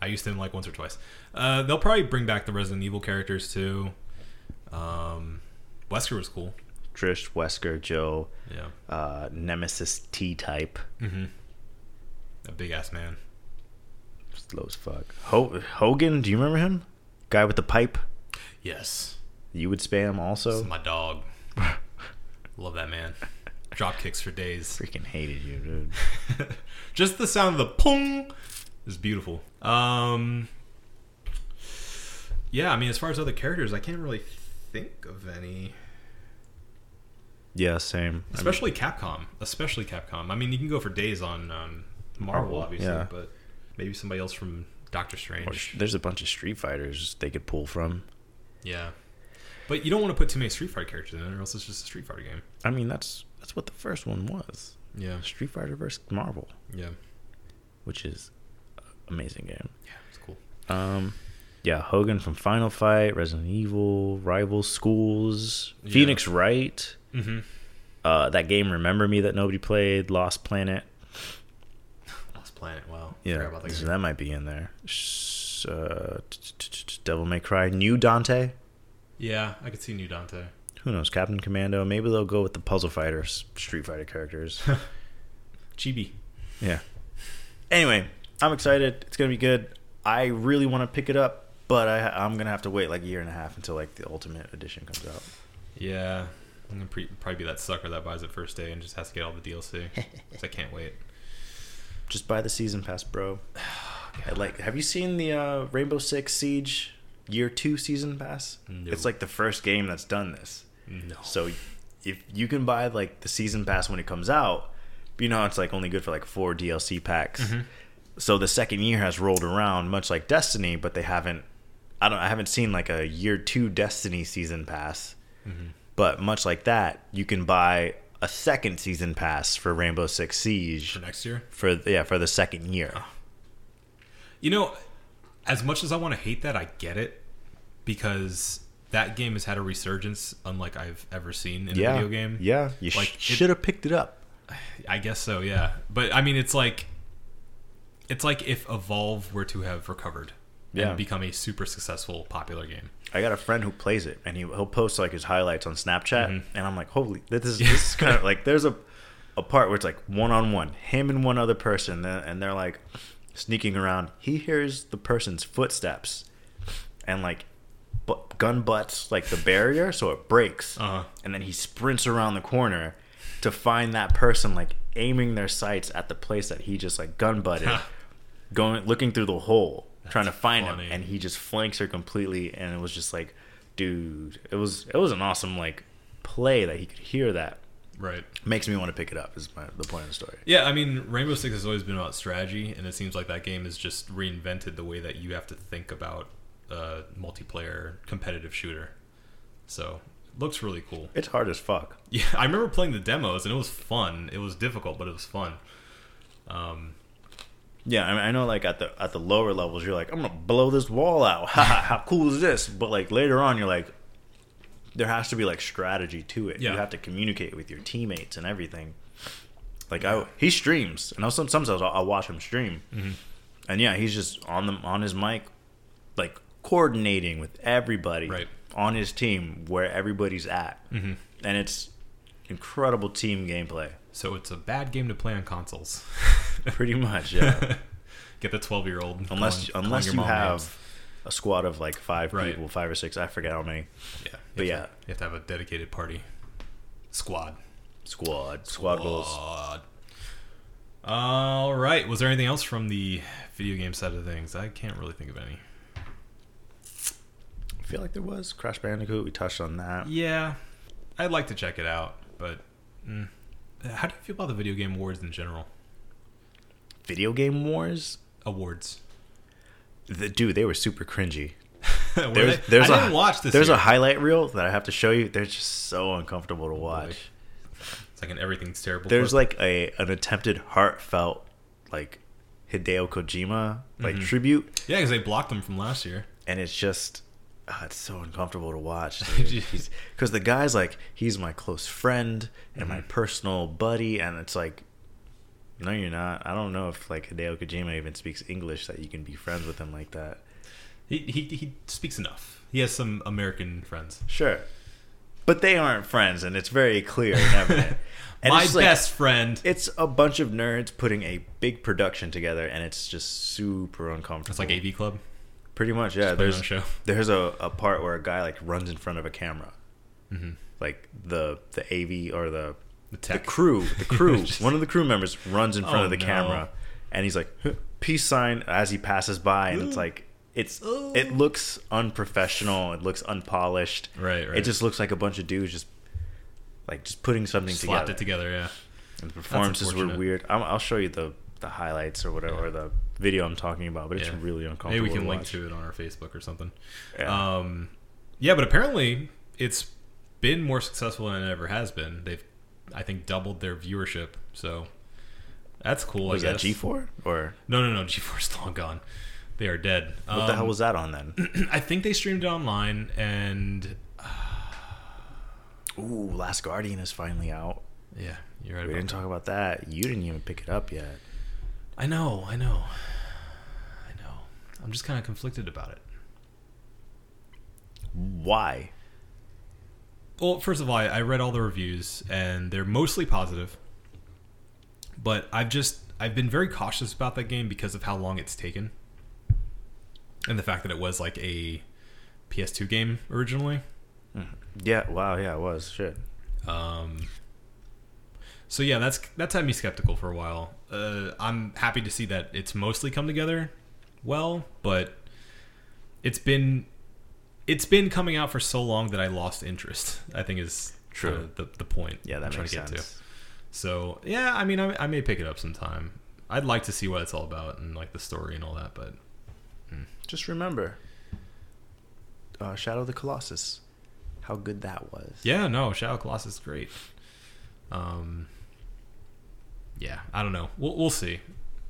Speaker 1: I used him like once or twice. Uh, they'll probably bring back the Resident Evil characters too. Um, Wesker was cool.
Speaker 2: Trish, Wesker, Joe,
Speaker 1: Yeah,
Speaker 2: uh, Nemesis T type.
Speaker 1: a big ass man.
Speaker 2: Slow as fuck. Ho- Hogan, do you remember him? Guy with the pipe.
Speaker 1: Yes,
Speaker 2: You would spam
Speaker 1: this
Speaker 2: also.
Speaker 1: is my dog. Love that man. Drop kicks for days.
Speaker 2: Freaking hated you, dude.
Speaker 1: Just the sound of the pong is beautiful. Um, yeah, I mean, as far as other characters, I can't really think of any.
Speaker 2: Yeah, same. I mean,
Speaker 1: Especially Capcom. Especially Capcom. I mean, you can go for days on um, Marvel,
Speaker 2: Marvel,
Speaker 1: obviously,
Speaker 2: yeah.
Speaker 1: but maybe somebody else from Doctor Strange.
Speaker 2: There's a bunch of Street Fighters they could pull from.
Speaker 1: Yeah. But you don't want to put too many Street Fighter characters in it, or else it's just a Street Fighter game.
Speaker 2: I mean, that's that's what the first one was.
Speaker 1: Yeah,
Speaker 2: Street Fighter versus Marvel,
Speaker 1: yeah,
Speaker 2: which is a- amazing game.
Speaker 1: yeah. It's cool.
Speaker 2: Um, yeah, Hogan from Final Fight, Resident Evil, Rival Schools,
Speaker 1: Yeah.
Speaker 2: Phoenix Wright,
Speaker 1: Mm-hmm.
Speaker 2: uh, that game Remember Me that nobody played, Lost Planet.
Speaker 1: Lost Planet. Wow.
Speaker 2: Yeah,
Speaker 1: Forgot about that
Speaker 2: so
Speaker 1: game.
Speaker 2: that might be in there. S- Uh, t- t- t- t- Devil May Cry, New Dante.
Speaker 1: Yeah, I could see New Dante.
Speaker 2: Who knows? Captain Commando. Maybe they'll go with the Puzzle Fighter, s- Street Fighter characters.
Speaker 1: Chibi.
Speaker 2: Yeah. Anyway, I'm excited. It's gonna be good. I really want to pick it up, but I, I'm gonna have to wait like a year and a half until like the Ultimate Edition comes out.
Speaker 1: Yeah, I'm gonna pre- probably be that sucker that buys it first day and just has to get all the DLC. 'Cause I can't wait.
Speaker 2: Just buy the season pass, bro. I like, have you seen the uh, Rainbow Six Siege Year Two season pass?
Speaker 1: No.
Speaker 2: It's like the first game that's done this.
Speaker 1: No.
Speaker 2: So if you can buy like the season pass when it comes out, you know it's like only good for like four DLC packs.
Speaker 1: Mm-hmm.
Speaker 2: So the second year has rolled around, much like Destiny, but they haven't. I don't. I haven't seen like a year two Destiny season pass.
Speaker 1: Mm-hmm.
Speaker 2: But much like that, you can buy a second season pass for Rainbow Six Siege
Speaker 1: For next year.
Speaker 2: for yeah for the second year.
Speaker 1: You know, as much as I want to hate that, I get it because that game has had a resurgence unlike I've ever seen in a video game.
Speaker 2: Yeah, you
Speaker 1: Like,
Speaker 2: sh-
Speaker 1: it-
Speaker 2: should have picked it up.
Speaker 1: I guess so, yeah. But I mean, it's like it's like if Evolve were to have recovered
Speaker 2: Yeah.
Speaker 1: and become a super successful popular game.
Speaker 2: I got a friend who plays it, and he he'll post like his highlights on Snapchat, and I'm like, holy, this is this is kind of like there's a a part where it's like one on one, him and one other person, and- and they're like sneaking around. He hears the person's footsteps, and like bu- gun butts like the barrier, so it breaks,
Speaker 1: Uh-huh.
Speaker 2: and then he sprints around the corner to find that person like aiming their sights at the place that he just like gun butted, going looking through the hole trying to find
Speaker 1: funny.
Speaker 2: him, and he just flanks her completely, and it was just like, dude, it was it was an awesome like play that he could hear that
Speaker 1: Right.
Speaker 2: makes me want to pick it up. Is my, the point of the story?
Speaker 1: Yeah, I mean, Rainbow Six has always been about strategy, and it seems like that game has just reinvented the way that you have to think about uh, multiplayer competitive shooter. So, it looks really cool.
Speaker 2: It's hard as fuck.
Speaker 1: Yeah, I remember playing the demos, and it was fun. It was difficult, but it was fun. Um,
Speaker 2: Yeah, I, mean, I know. Like at the at the lower levels, you're like, I'm gonna blow this wall out. Ha, ha, How cool is this? But like later on, you're like, there has to be like strategy to it.
Speaker 1: Yeah.
Speaker 2: You have to communicate with your teammates and everything. Like I, he streams, and I'll, some- sometimes I'll, I'll watch him stream,
Speaker 1: Mm-hmm.
Speaker 2: and yeah, he's just on the on his mic, like coordinating with everybody
Speaker 1: Right. Mm-hmm.
Speaker 2: on his team where everybody's at, and it's incredible team gameplay.
Speaker 1: so it's a bad game to play on consoles.
Speaker 2: Pretty much, yeah.
Speaker 1: Get the twelve-year-old
Speaker 2: unless
Speaker 1: calling- calling
Speaker 2: unless you
Speaker 1: your mom
Speaker 2: have
Speaker 1: names.
Speaker 2: a squad of like five
Speaker 1: Right.
Speaker 2: people, five or six, I forget how many
Speaker 1: yeah, you
Speaker 2: but
Speaker 1: have to-
Speaker 2: yeah.
Speaker 1: you have to have a dedicated party squad.
Speaker 2: squad squad goals.
Speaker 1: Squad. All right. Was there anything else from the video game side of things? I can't really think of any.
Speaker 2: I feel like there was Crash Bandicoot. We touched on that.
Speaker 1: Yeah, I'd like to check it out, but mm. how do you feel about the video game awards in general?
Speaker 2: Video game wars,
Speaker 1: Awards.
Speaker 2: the, dude, they were super cringy.
Speaker 1: Were
Speaker 2: There's,
Speaker 1: they?
Speaker 2: there's
Speaker 1: I
Speaker 2: a
Speaker 1: didn't watch this.
Speaker 2: There's
Speaker 1: year. Oh,
Speaker 2: a highlight reel that I have to show you. They're just so uncomfortable to watch.
Speaker 1: It's like an everything's terrible.
Speaker 2: There's
Speaker 1: clip.
Speaker 2: like a an attempted heartfelt like Hideo Kojima like
Speaker 1: Mm-hmm.
Speaker 2: tribute,
Speaker 1: yeah, because they blocked them from last year.
Speaker 2: and it's just. ah, it's so uncomfortable to watch.
Speaker 1: Jeez.
Speaker 2: because the guy's like he's my close friend and
Speaker 1: Mm-hmm.
Speaker 2: my personal buddy and it's like no you're not i don't know if like hideo kojima even speaks english that you can be friends with him like that
Speaker 1: He, he he speaks enough. He has some American friends.
Speaker 2: sure but they aren't friends and it's very clear and evident and
Speaker 1: My
Speaker 2: it's, like,
Speaker 1: best friend.
Speaker 2: it's a bunch of nerds putting a big production together and it's just super uncomfortable
Speaker 1: It's like AV Club.
Speaker 2: pretty much
Speaker 1: putting
Speaker 2: yeah
Speaker 1: on
Speaker 2: there's
Speaker 1: a show.
Speaker 2: there's a, a part where a guy like runs in front of a camera like the the av
Speaker 1: The
Speaker 2: or the the
Speaker 1: Mm-hmm. tech
Speaker 2: crew, the crew,
Speaker 1: Just-
Speaker 2: one of the crew members runs in front
Speaker 1: Oh,
Speaker 2: of the
Speaker 1: no.
Speaker 2: camera, and he's like "Huh," peace sign as he passes by, and it's like it's
Speaker 1: Ooh.
Speaker 2: it looks unprofessional, it looks unpolished,
Speaker 1: Right, right.
Speaker 2: It just looks like a bunch of dudes just like just putting something
Speaker 1: slapped
Speaker 2: together.
Speaker 1: it together. Yeah.
Speaker 2: And the performances were
Speaker 1: unfortunate.
Speaker 2: weird. I'm, I'll show you the the highlights or whatever or the video I'm talking about, but it's
Speaker 1: Yeah.
Speaker 2: really uncomfortable.
Speaker 1: Maybe we can
Speaker 2: to
Speaker 1: link
Speaker 2: watch.
Speaker 1: to it on our Facebook or something.
Speaker 2: Yeah.
Speaker 1: Um, yeah, but apparently it's been more successful than it ever has been. They've, I think, doubled their viewership. So that's cool.
Speaker 2: Was
Speaker 1: I
Speaker 2: that
Speaker 1: guess.
Speaker 2: G four or
Speaker 1: No, no, no. G4's long gone. They are dead. Um,
Speaker 2: what the hell was that on then?
Speaker 1: I think they streamed it online, and
Speaker 2: Ooh, Last Guardian is finally out.
Speaker 1: yeah, you're right.
Speaker 2: We
Speaker 1: about
Speaker 2: didn't
Speaker 1: that.
Speaker 2: talk about that. You didn't even pick it up yet.
Speaker 1: I know, I know, I know. I'm just kind of conflicted about it.
Speaker 2: Why?
Speaker 1: Well, first of all, I, I read all the reviews, and they're mostly positive. But I've just I've been very cautious about that game because of how long it's taken, and the fact that it was like a PS2 game originally.
Speaker 2: Yeah, wow, yeah, it was shit.
Speaker 1: Um, so yeah, that's that's had me skeptical for a while. Uh, I'm happy to see that it's mostly come together well, but it's been it's been coming out for so long that I lost interest. I think is
Speaker 2: True.
Speaker 1: kinda the the point.
Speaker 2: Yeah, that
Speaker 1: I'm trying
Speaker 2: makes
Speaker 1: to get
Speaker 2: sense.
Speaker 1: to. So yeah, I mean, I, I may pick it up sometime. I'd like to see what it's all about and like the story and all that, but
Speaker 2: Just remember, uh, Shadow of the Colossus, how good that was.
Speaker 1: Yeah, no, Shadow Colossus is great. Um, yeah, I don't know. We'll, we'll see.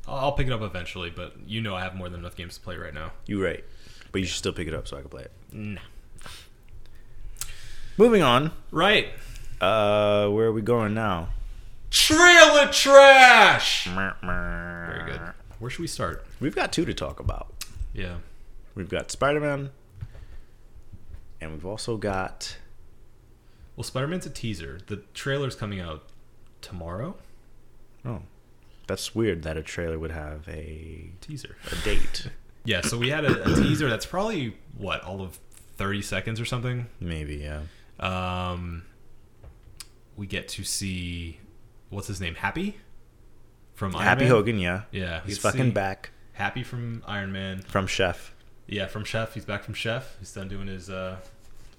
Speaker 1: I'll, I'll pick it up eventually, but you know I have more than enough games to play right now.
Speaker 2: you right, but you should still pick it up so I can play it.
Speaker 1: Nah.
Speaker 2: Moving on,
Speaker 1: Right.
Speaker 2: uh, where are we going now?
Speaker 1: Trailer trash. Very
Speaker 2: Very
Speaker 1: good. Where should we start?
Speaker 2: We've got two to talk about.
Speaker 1: Yeah.
Speaker 2: We've got Spider Man, and we've also got
Speaker 1: Well, Spider Man's a teaser. The trailer's coming out tomorrow.
Speaker 2: oh, that's weird that a trailer would have a
Speaker 1: Teaser.
Speaker 2: a date.
Speaker 1: Yeah. So we had a, a teaser that's probably what all of thirty seconds or something.
Speaker 2: Maybe yeah.
Speaker 1: Um, we get to see what's his name, Happy from Iron
Speaker 2: Happy
Speaker 1: Man?
Speaker 2: Hogan, yeah,
Speaker 1: Yeah, we
Speaker 2: he's
Speaker 1: get to
Speaker 2: fucking
Speaker 1: see
Speaker 2: back
Speaker 1: Happy from Iron Man.
Speaker 2: from Chef.
Speaker 1: Yeah, from Chef. He's back from Chef. He's done doing his uh,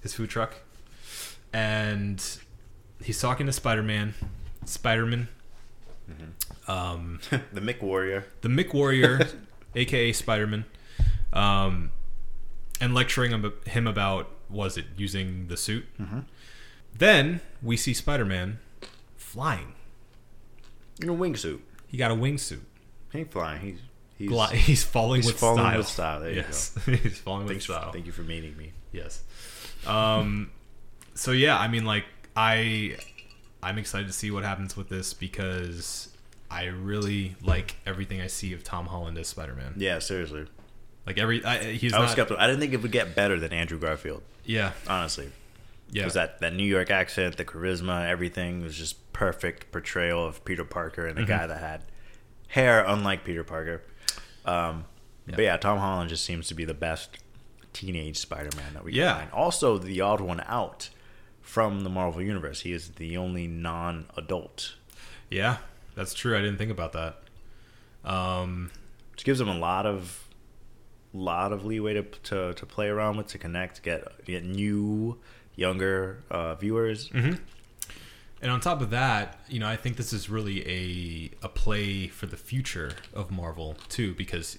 Speaker 1: his food truck, and he's talking to Spider Man. Spider Man, um,
Speaker 2: the Mick Warrior.
Speaker 1: the Mick Warrior, aka Spider Man, um, and lecturing him, him about was it using the suit.
Speaker 2: Mm-hmm.
Speaker 1: Then we see Spider Man flying.
Speaker 2: In a wingsuit.
Speaker 1: He got a wingsuit.
Speaker 2: He ain't flying. He's he's.
Speaker 1: Gli- he's falling
Speaker 2: he's
Speaker 1: with
Speaker 2: falling
Speaker 1: style.
Speaker 2: with style, there you
Speaker 1: yes, he's falling with
Speaker 2: Thanks for-
Speaker 1: style.
Speaker 2: thank you for meeting me.
Speaker 1: Yes. Um, so yeah, I mean, like I, I'm excited to see what happens with this because I really like everything I see of Tom Holland as Spider-Man.
Speaker 2: Yeah, seriously.
Speaker 1: Like every I, he's
Speaker 2: I was
Speaker 1: not.
Speaker 2: skeptical. I didn't think it would get better than Andrew Garfield,
Speaker 1: Yeah,
Speaker 2: honestly.
Speaker 1: yeah.
Speaker 2: Because that, that New York accent, the charisma, everything was just perfect portrayal of Peter Parker and a guy that had hair unlike Peter Parker. Um, But yeah, Tom Holland just seems to be the best teenage Spider Man that we
Speaker 1: Yeah.
Speaker 2: can find. Also, the odd one out from the Marvel Universe. He is the only non adult,
Speaker 1: Yeah, that's true. I didn't think about that. Um,
Speaker 2: which gives him a lot of lot of leeway to, to, to play around with, to connect, get, get new, younger uh, viewers.
Speaker 1: and on top of that, you know, I think this is really a a play for the future of Marvel too, because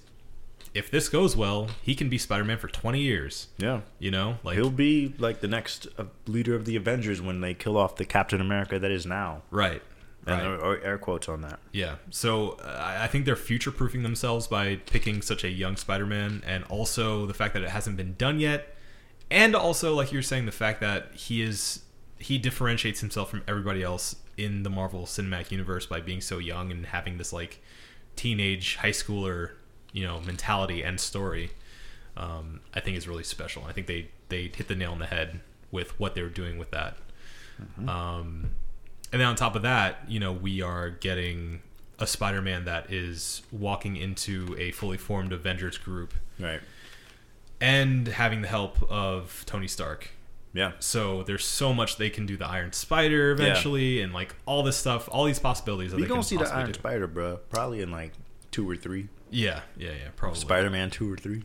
Speaker 1: if this goes well, he can be Spider-Man for 20 years.
Speaker 2: Yeah.
Speaker 1: You know, like
Speaker 2: He'll be like the next uh, leader of the Avengers when they kill off the Captain America that is now.
Speaker 1: right.
Speaker 2: And
Speaker 1: Right.
Speaker 2: there are air quotes on that.
Speaker 1: Yeah. So uh, I I think they're future proofing themselves by picking such a young Spider Man and also the fact that it hasn't been done yet. And also, like you were saying, the fact that he is he differentiates himself from everybody else in the Marvel Cinematic Universe by being so young and having this like teenage high schooler, you know, mentality and story. Um, I think is really special. I think they they hit the nail on the head with what they were doing with that. Um, and then on top of that, you know, we are getting a Spider-Man that is walking into a fully formed Avengers group
Speaker 2: Right.
Speaker 1: and having the help of Tony Stark.
Speaker 2: Yeah.
Speaker 1: So there's so much they can do the Iron Spider eventually, and like all this stuff, all these possibilities that
Speaker 2: We
Speaker 1: they
Speaker 2: gonna
Speaker 1: can
Speaker 2: see the
Speaker 1: possibly
Speaker 2: Iron
Speaker 1: do.
Speaker 2: Spider, bro. Probably in like two or three.
Speaker 1: Yeah, yeah, yeah, probably.
Speaker 2: Spider Man two or three.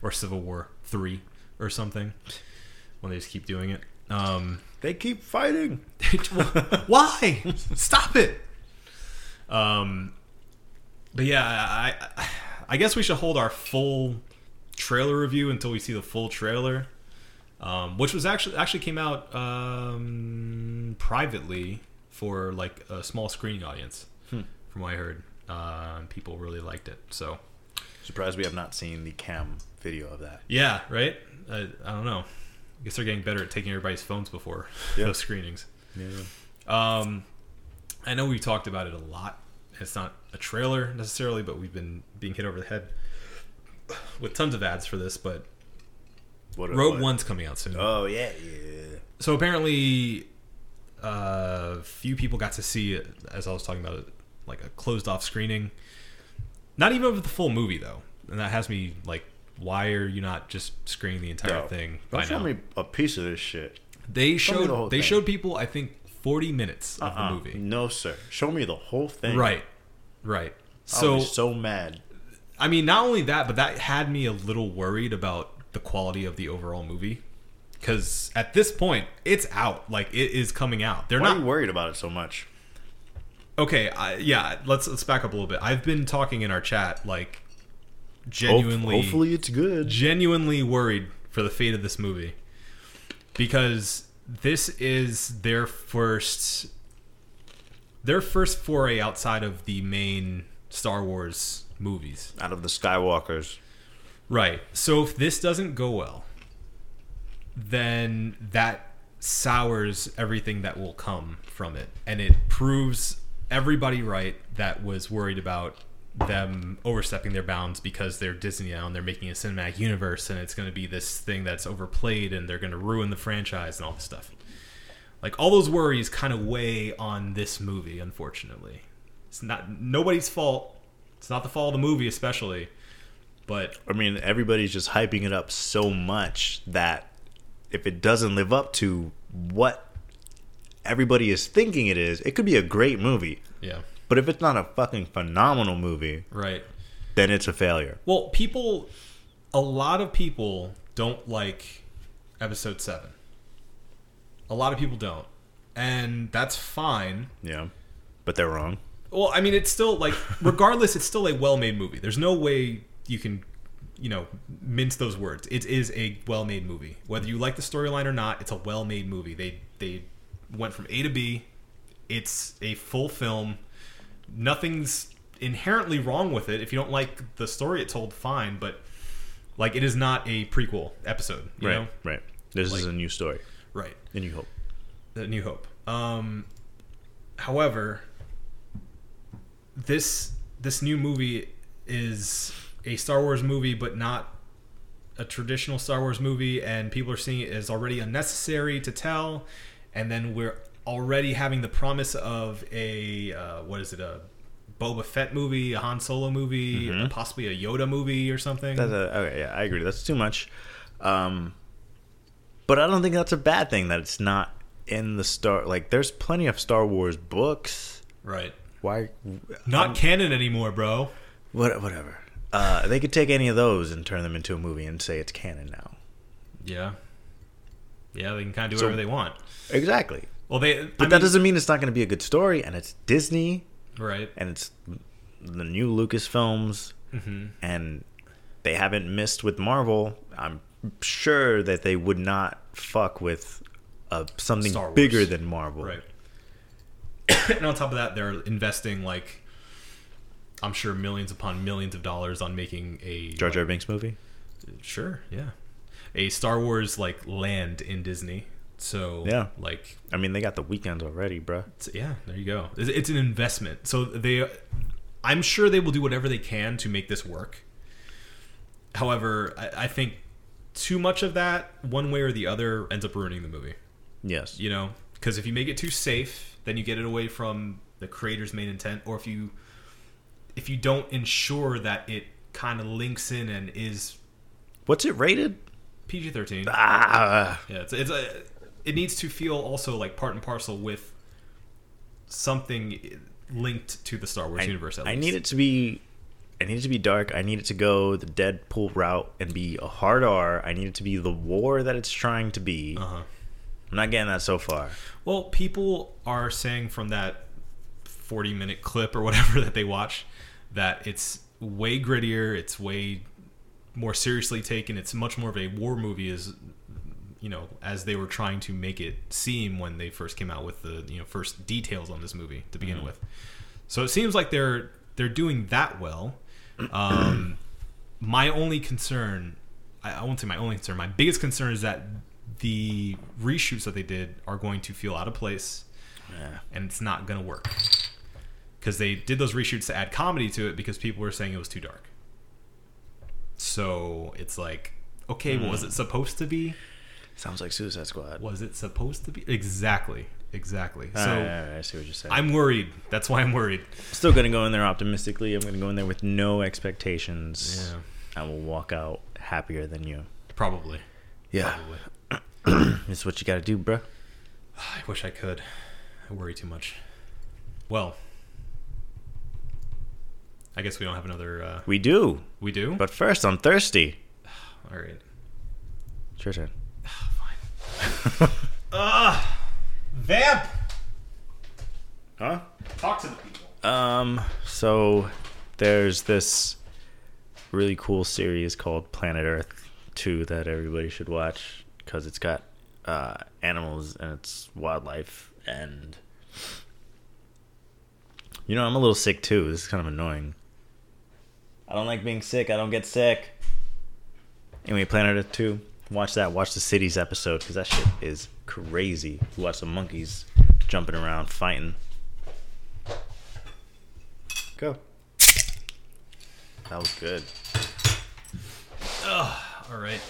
Speaker 1: or Civil War three or something. When they just keep doing it. Um,
Speaker 2: They keep fighting.
Speaker 1: Why? Stop it. Um, but yeah, I, I I guess we should hold our full trailer review until we see the full trailer. um, which was actually actually came out um, privately for like a small screening audience, from what I heard. Uh, people really liked it. So
Speaker 2: Surprised we have not seen the cam video of that.
Speaker 1: yeah, right. I, I don't know. I guess they're getting better at taking everybody's phones before
Speaker 2: Yeah.
Speaker 1: those screenings.
Speaker 2: Yeah.
Speaker 1: Um, I know we've talked about it a lot. It's not a trailer necessarily, but we've been being hit over the head with tons of ads for this. But
Speaker 2: What
Speaker 1: Rogue
Speaker 2: what?
Speaker 1: One's coming out soon.
Speaker 2: Oh yeah, yeah.
Speaker 1: so apparently, uh, few people got to see it, as I was talking about it, like a closed off screening. Not even of the full movie though, and that has me like, why are you not just screening the entire
Speaker 2: No.
Speaker 1: thing?
Speaker 2: Oh. Don't
Speaker 1: by
Speaker 2: show
Speaker 1: now?
Speaker 2: me a piece of this shit.
Speaker 1: They
Speaker 2: Show me the whole
Speaker 1: showed they
Speaker 2: thing.
Speaker 1: showed people I think forty minutes of
Speaker 2: Uh-uh.
Speaker 1: the movie.
Speaker 2: No, sir. Show me the whole thing.
Speaker 1: Right, right.
Speaker 2: I'll
Speaker 1: So
Speaker 2: be so mad.
Speaker 1: I mean, not only that, but that had me a little worried about the quality of the overall movie because at this point it's out, like it is coming out. They're
Speaker 2: Why are
Speaker 1: not
Speaker 2: you worried about it so much?
Speaker 1: okay. I, yeah, let's let's back up a little bit. I've been talking in our chat like genuinely,
Speaker 2: Hope- hopefully, it's good.
Speaker 1: genuinely worried for the fate of this movie because this is their first their first foray outside of the main Star Wars movies.
Speaker 2: Out of the Skywalkers,
Speaker 1: Right. So if this doesn't go well, then that sours everything that will come from it. And it proves everybody right that was worried about them overstepping their bounds because they're Disney now and they're making a cinematic universe and it's going to be this thing that's overplayed and they're going to ruin the franchise and all this stuff. Like all those worries kind of weigh on this movie, unfortunately. It's not nobody's fault. It's not the fault of the movie, especially. But
Speaker 2: I mean, everybody's just hyping it up so much that if it doesn't live up to what everybody is thinking it is, it could be a great movie.
Speaker 1: yeah.
Speaker 2: But if it's not a fucking phenomenal movie,
Speaker 1: Right.
Speaker 2: then it's a failure.
Speaker 1: Well, people, a lot of people don't like episode seven. A lot of people don't. And that's fine.
Speaker 2: Yeah. But they're wrong.
Speaker 1: Well, I mean, it's still like, regardless, it's still a well made movie. There's no way you can, you know, mince those words. It is a well made movie. Whether you like the storyline or not, it's a well made movie. They, they went from A to B. It's a full film. Nothing's inherently wrong with it. If you don't like the story it told, fine. But, like, it is not a prequel episode, you
Speaker 2: right.
Speaker 1: know?
Speaker 2: Right. This is
Speaker 1: Like-
Speaker 2: a new story.
Speaker 1: Right.
Speaker 2: And you hope.
Speaker 1: The New Hope. Um, however, this this new movie is a Star Wars movie, but not a traditional Star Wars movie, and people are seeing it as already unnecessary to tell, and then we're already having the promise of a uh, what is it a Boba Fett movie, a Han Solo movie, possibly a Yoda movie or something.
Speaker 2: That's a, okay, yeah, I agree. That's too much. Um, but I don't think that's a bad thing that it's not in the Star. Like, there's plenty of Star Wars books.
Speaker 1: right.
Speaker 2: Why?
Speaker 1: Not canon anymore, bro.
Speaker 2: What? Whatever. Uh, they could take any of those and turn them into a movie and say it's canon now.
Speaker 1: Yeah. Yeah, they can kind of do
Speaker 2: So-
Speaker 1: whatever they want.
Speaker 2: Exactly.
Speaker 1: Well, they.
Speaker 2: But that doesn't mean it's not going to be a good story. And it's Disney,
Speaker 1: Right.
Speaker 2: and it's the new Lucas films, and they haven't missed with Marvel. I'm sure that they would not fuck with uh, something
Speaker 1: Star Wars.
Speaker 2: bigger than Marvel.
Speaker 1: Right. and on top of that, they're investing like, I'm sure millions upon millions of dollars on making a
Speaker 2: Jar Jar Binks movie.
Speaker 1: sure, yeah, a Star Wars like land in Disney. So
Speaker 2: Yeah.
Speaker 1: like
Speaker 2: I mean, they got the weekends already, bruh.
Speaker 1: it's- yeah, there you go. It's, it's an investment. So they, I'm sure they will do whatever they can to make this work. However, I, I think too much of that, one way or the other, ends up ruining the movie.
Speaker 2: Yes.
Speaker 1: you know because if you make it too safe then you get it away from the creator's main intent or if you if you don't ensure that it kind of links in and is
Speaker 2: What's it rated?
Speaker 1: pg-13
Speaker 2: Ah,
Speaker 1: yeah it's, it's a, it needs to feel also like part and parcel with something linked to the star wars
Speaker 2: I,
Speaker 1: universe at
Speaker 2: I
Speaker 1: least.
Speaker 2: need it to be. I need it to be dark. I need it to go the Deadpool route and be a hard R. I need it to be the war that it's trying to be.
Speaker 1: uh-huh
Speaker 2: I'm not getting that so far.
Speaker 1: Well, people are saying from that 40 minute clip or whatever that they watch that it's way grittier, it's way more seriously taken, it's much more of a war movie is you you know as they were trying to make it seem when they first came out with the you know first details on this movie to begin with. So it seems like they're they're doing that well. Um, my only concern, I, I won't say my only concern, my biggest concern is that the reshoots that they did are going to feel out of place
Speaker 2: Yeah.
Speaker 1: and it's not going to work. Because they did those reshoots to add comedy to it because people were saying it was too dark. So it's like, okay, well, was it supposed to be?
Speaker 2: Sounds like Suicide Squad.
Speaker 1: Was it supposed to be? Exactly. Exactly.
Speaker 2: All
Speaker 1: so
Speaker 2: right, all right, I see what you're saying. I'm
Speaker 1: I'm worried. That's why I'm worried.
Speaker 2: still gonna go in there optimistically. I'm gonna go in there with no expectations. I will walk out happier than you.
Speaker 1: Probably.
Speaker 2: Yeah,
Speaker 1: Probably.
Speaker 2: it's what you gotta do, bro.
Speaker 1: I wish I could. I worry too much. Well, I guess we don't have another. Uh,
Speaker 2: We do.
Speaker 1: we do?
Speaker 2: But first, I'm thirsty.
Speaker 1: All right.
Speaker 2: It's your turn.
Speaker 1: Fine. Ah! vamp!
Speaker 2: Huh?
Speaker 1: Talk to the people.
Speaker 2: Um. So there's this really cool series called Planet Earth Two that everybody should watch because it's got uh, animals and it's wildlife and you know I'm a little sick too. This is kind of annoying. I don't like being sick. I don't get sick. Anyway, Planet Earth Two. Watch that. Watch the cities episode because that shit is crazy. Watch the monkeys jumping around fighting. Go. That was good.
Speaker 1: All right.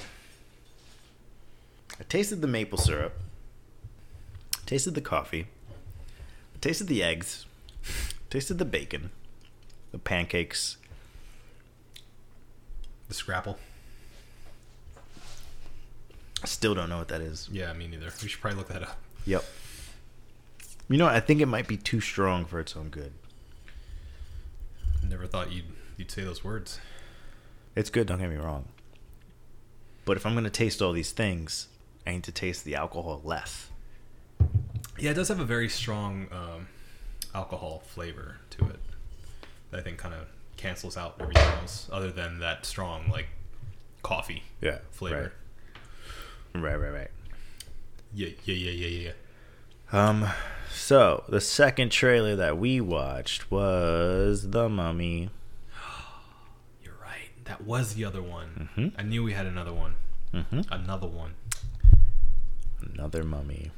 Speaker 2: I tasted the maple syrup. Tasted the coffee. Tasted the eggs. Tasted the bacon. The pancakes.
Speaker 1: The scrapple.
Speaker 2: I still don't know what that is.
Speaker 1: Yeah, me neither. We should probably look that up.
Speaker 2: Yep. You know, I think it might be too strong for its own good.
Speaker 1: Never thought you'd you'd say those words.
Speaker 2: It's good, don't get me wrong. But if I'm going to taste all these things, I need to taste the alcohol less.
Speaker 1: Yeah, it does have a very strong um, alcohol flavor to it. That I think kind of cancels out everything else, other than that strong like coffee
Speaker 2: Yeah.
Speaker 1: flavor.
Speaker 2: Right, right, right.
Speaker 1: Yeah, yeah, yeah, yeah, yeah, yeah.
Speaker 2: Um, so the second trailer that we watched was The Mummy.
Speaker 1: You're right. That was the other one. I knew we had another one.
Speaker 2: Mm-hmm.
Speaker 1: Another one.
Speaker 2: Another mummy.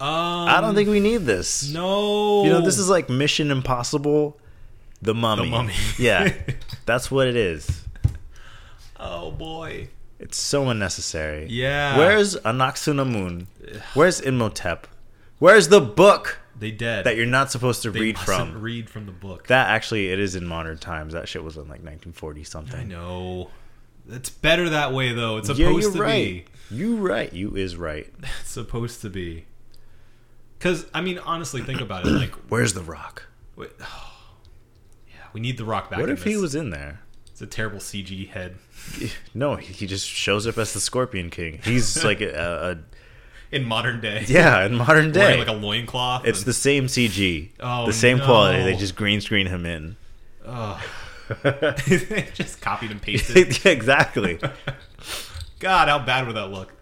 Speaker 1: Um,
Speaker 2: I don't think we need this.
Speaker 1: No.
Speaker 2: You know, this is like Mission Impossible, The Mummy.
Speaker 1: Mummy.
Speaker 2: yeah, that's what it is.
Speaker 1: Oh boy.
Speaker 2: It's so unnecessary.
Speaker 1: Yeah.
Speaker 2: Where's Anaxuna Moon? Where's Imhotep? Where's the book
Speaker 1: They dead.
Speaker 2: that you're not supposed to
Speaker 1: They
Speaker 2: read
Speaker 1: mustn't
Speaker 2: from?
Speaker 1: Read from the book.
Speaker 2: that actually, it is in modern times. That shit was in like 1940 something.
Speaker 1: I know. It's better that way though. It's supposed
Speaker 2: Yeah, you're
Speaker 1: to
Speaker 2: right. You right. You is right.
Speaker 1: be. It's supposed to be. Cuz I mean honestly think about it like
Speaker 2: Where's the Rock?
Speaker 1: wait, Yeah, we need the rock back.
Speaker 2: What
Speaker 1: in
Speaker 2: if he
Speaker 1: this.
Speaker 2: was in there?
Speaker 1: It's a terrible CG head.
Speaker 2: No, he he just shows up as the Scorpion King. He's like a,
Speaker 1: In modern day.
Speaker 2: a yeah in modern
Speaker 1: Wearing
Speaker 2: day.
Speaker 1: like a loincloth.
Speaker 2: it's the
Speaker 1: and-
Speaker 2: same CG,
Speaker 1: Oh,
Speaker 2: the same quality.
Speaker 1: no.
Speaker 2: They just green screen him in.
Speaker 1: Ugh. They just copied and pasted.
Speaker 2: exactly.
Speaker 1: God, how bad would that look?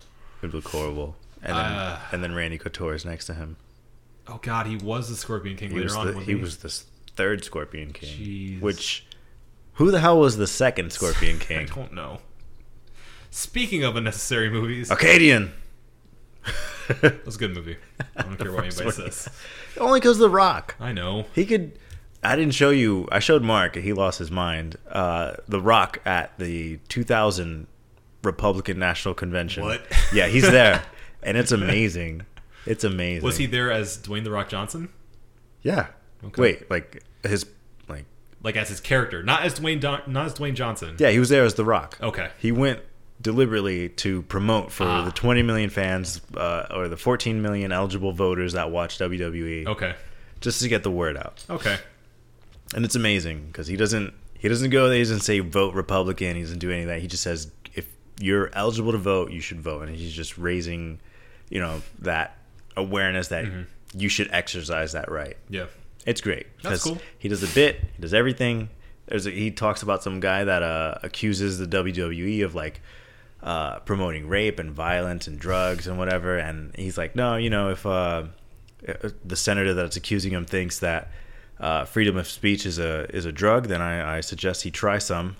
Speaker 2: It looked horrible. And then,
Speaker 1: Uh.
Speaker 2: and then Randy Couture is next to him.
Speaker 1: Oh God, he was the Scorpion King
Speaker 2: He
Speaker 1: later
Speaker 2: was
Speaker 1: on.
Speaker 2: the,
Speaker 1: wasn't
Speaker 2: he was the s- third Scorpion King.
Speaker 1: Jeez.
Speaker 2: Which, who the hell was the second Scorpion
Speaker 1: I
Speaker 2: King?
Speaker 1: don't know. Speaking of unnecessary movies,
Speaker 2: Acadian.
Speaker 1: that was a good movie. I don't care what
Speaker 2: first
Speaker 1: anybody
Speaker 2: one.
Speaker 1: says.
Speaker 2: Only because the Rock.
Speaker 1: I know.
Speaker 2: He could. I didn't show you. I showed Mark. He lost his mind. Uh, the Rock at the 2000 Republican National Convention.
Speaker 1: What?
Speaker 2: Yeah, he's there, and it's amazing. It's amazing.
Speaker 1: Was he there as Dwayne the Rock Johnson?
Speaker 2: Yeah.
Speaker 1: Okay.
Speaker 2: Wait, like his like
Speaker 1: Like as his character, not as Dwayne, Don- not as Dwayne Johnson.
Speaker 2: yeah, he was there as the Rock.
Speaker 1: Okay.
Speaker 2: He went deliberately to promote for
Speaker 1: Oh. Ah.
Speaker 2: the 20 million fans uh, or the 14 million eligible voters that watch WWE,
Speaker 1: Okay.
Speaker 2: just to get the word out.
Speaker 1: Okay.
Speaker 2: and it's amazing because he doesn't he doesn't go there he doesn't say vote republican he doesn't do any of that he just says if you're eligible to vote you should vote and he's just raising you know that awareness that you should exercise that right
Speaker 1: Yeah.
Speaker 2: it's great
Speaker 1: That's
Speaker 2: 'cause
Speaker 1: cool.
Speaker 2: he does a bit he does everything there's a, he talks about some guy that uh, accuses the wwe E of like uh, promoting rape and violence and drugs and whatever. And he's like, no, you know, if uh, the senator that's accusing him thinks that uh, freedom of speech is a is a drug, then I, I suggest he try some.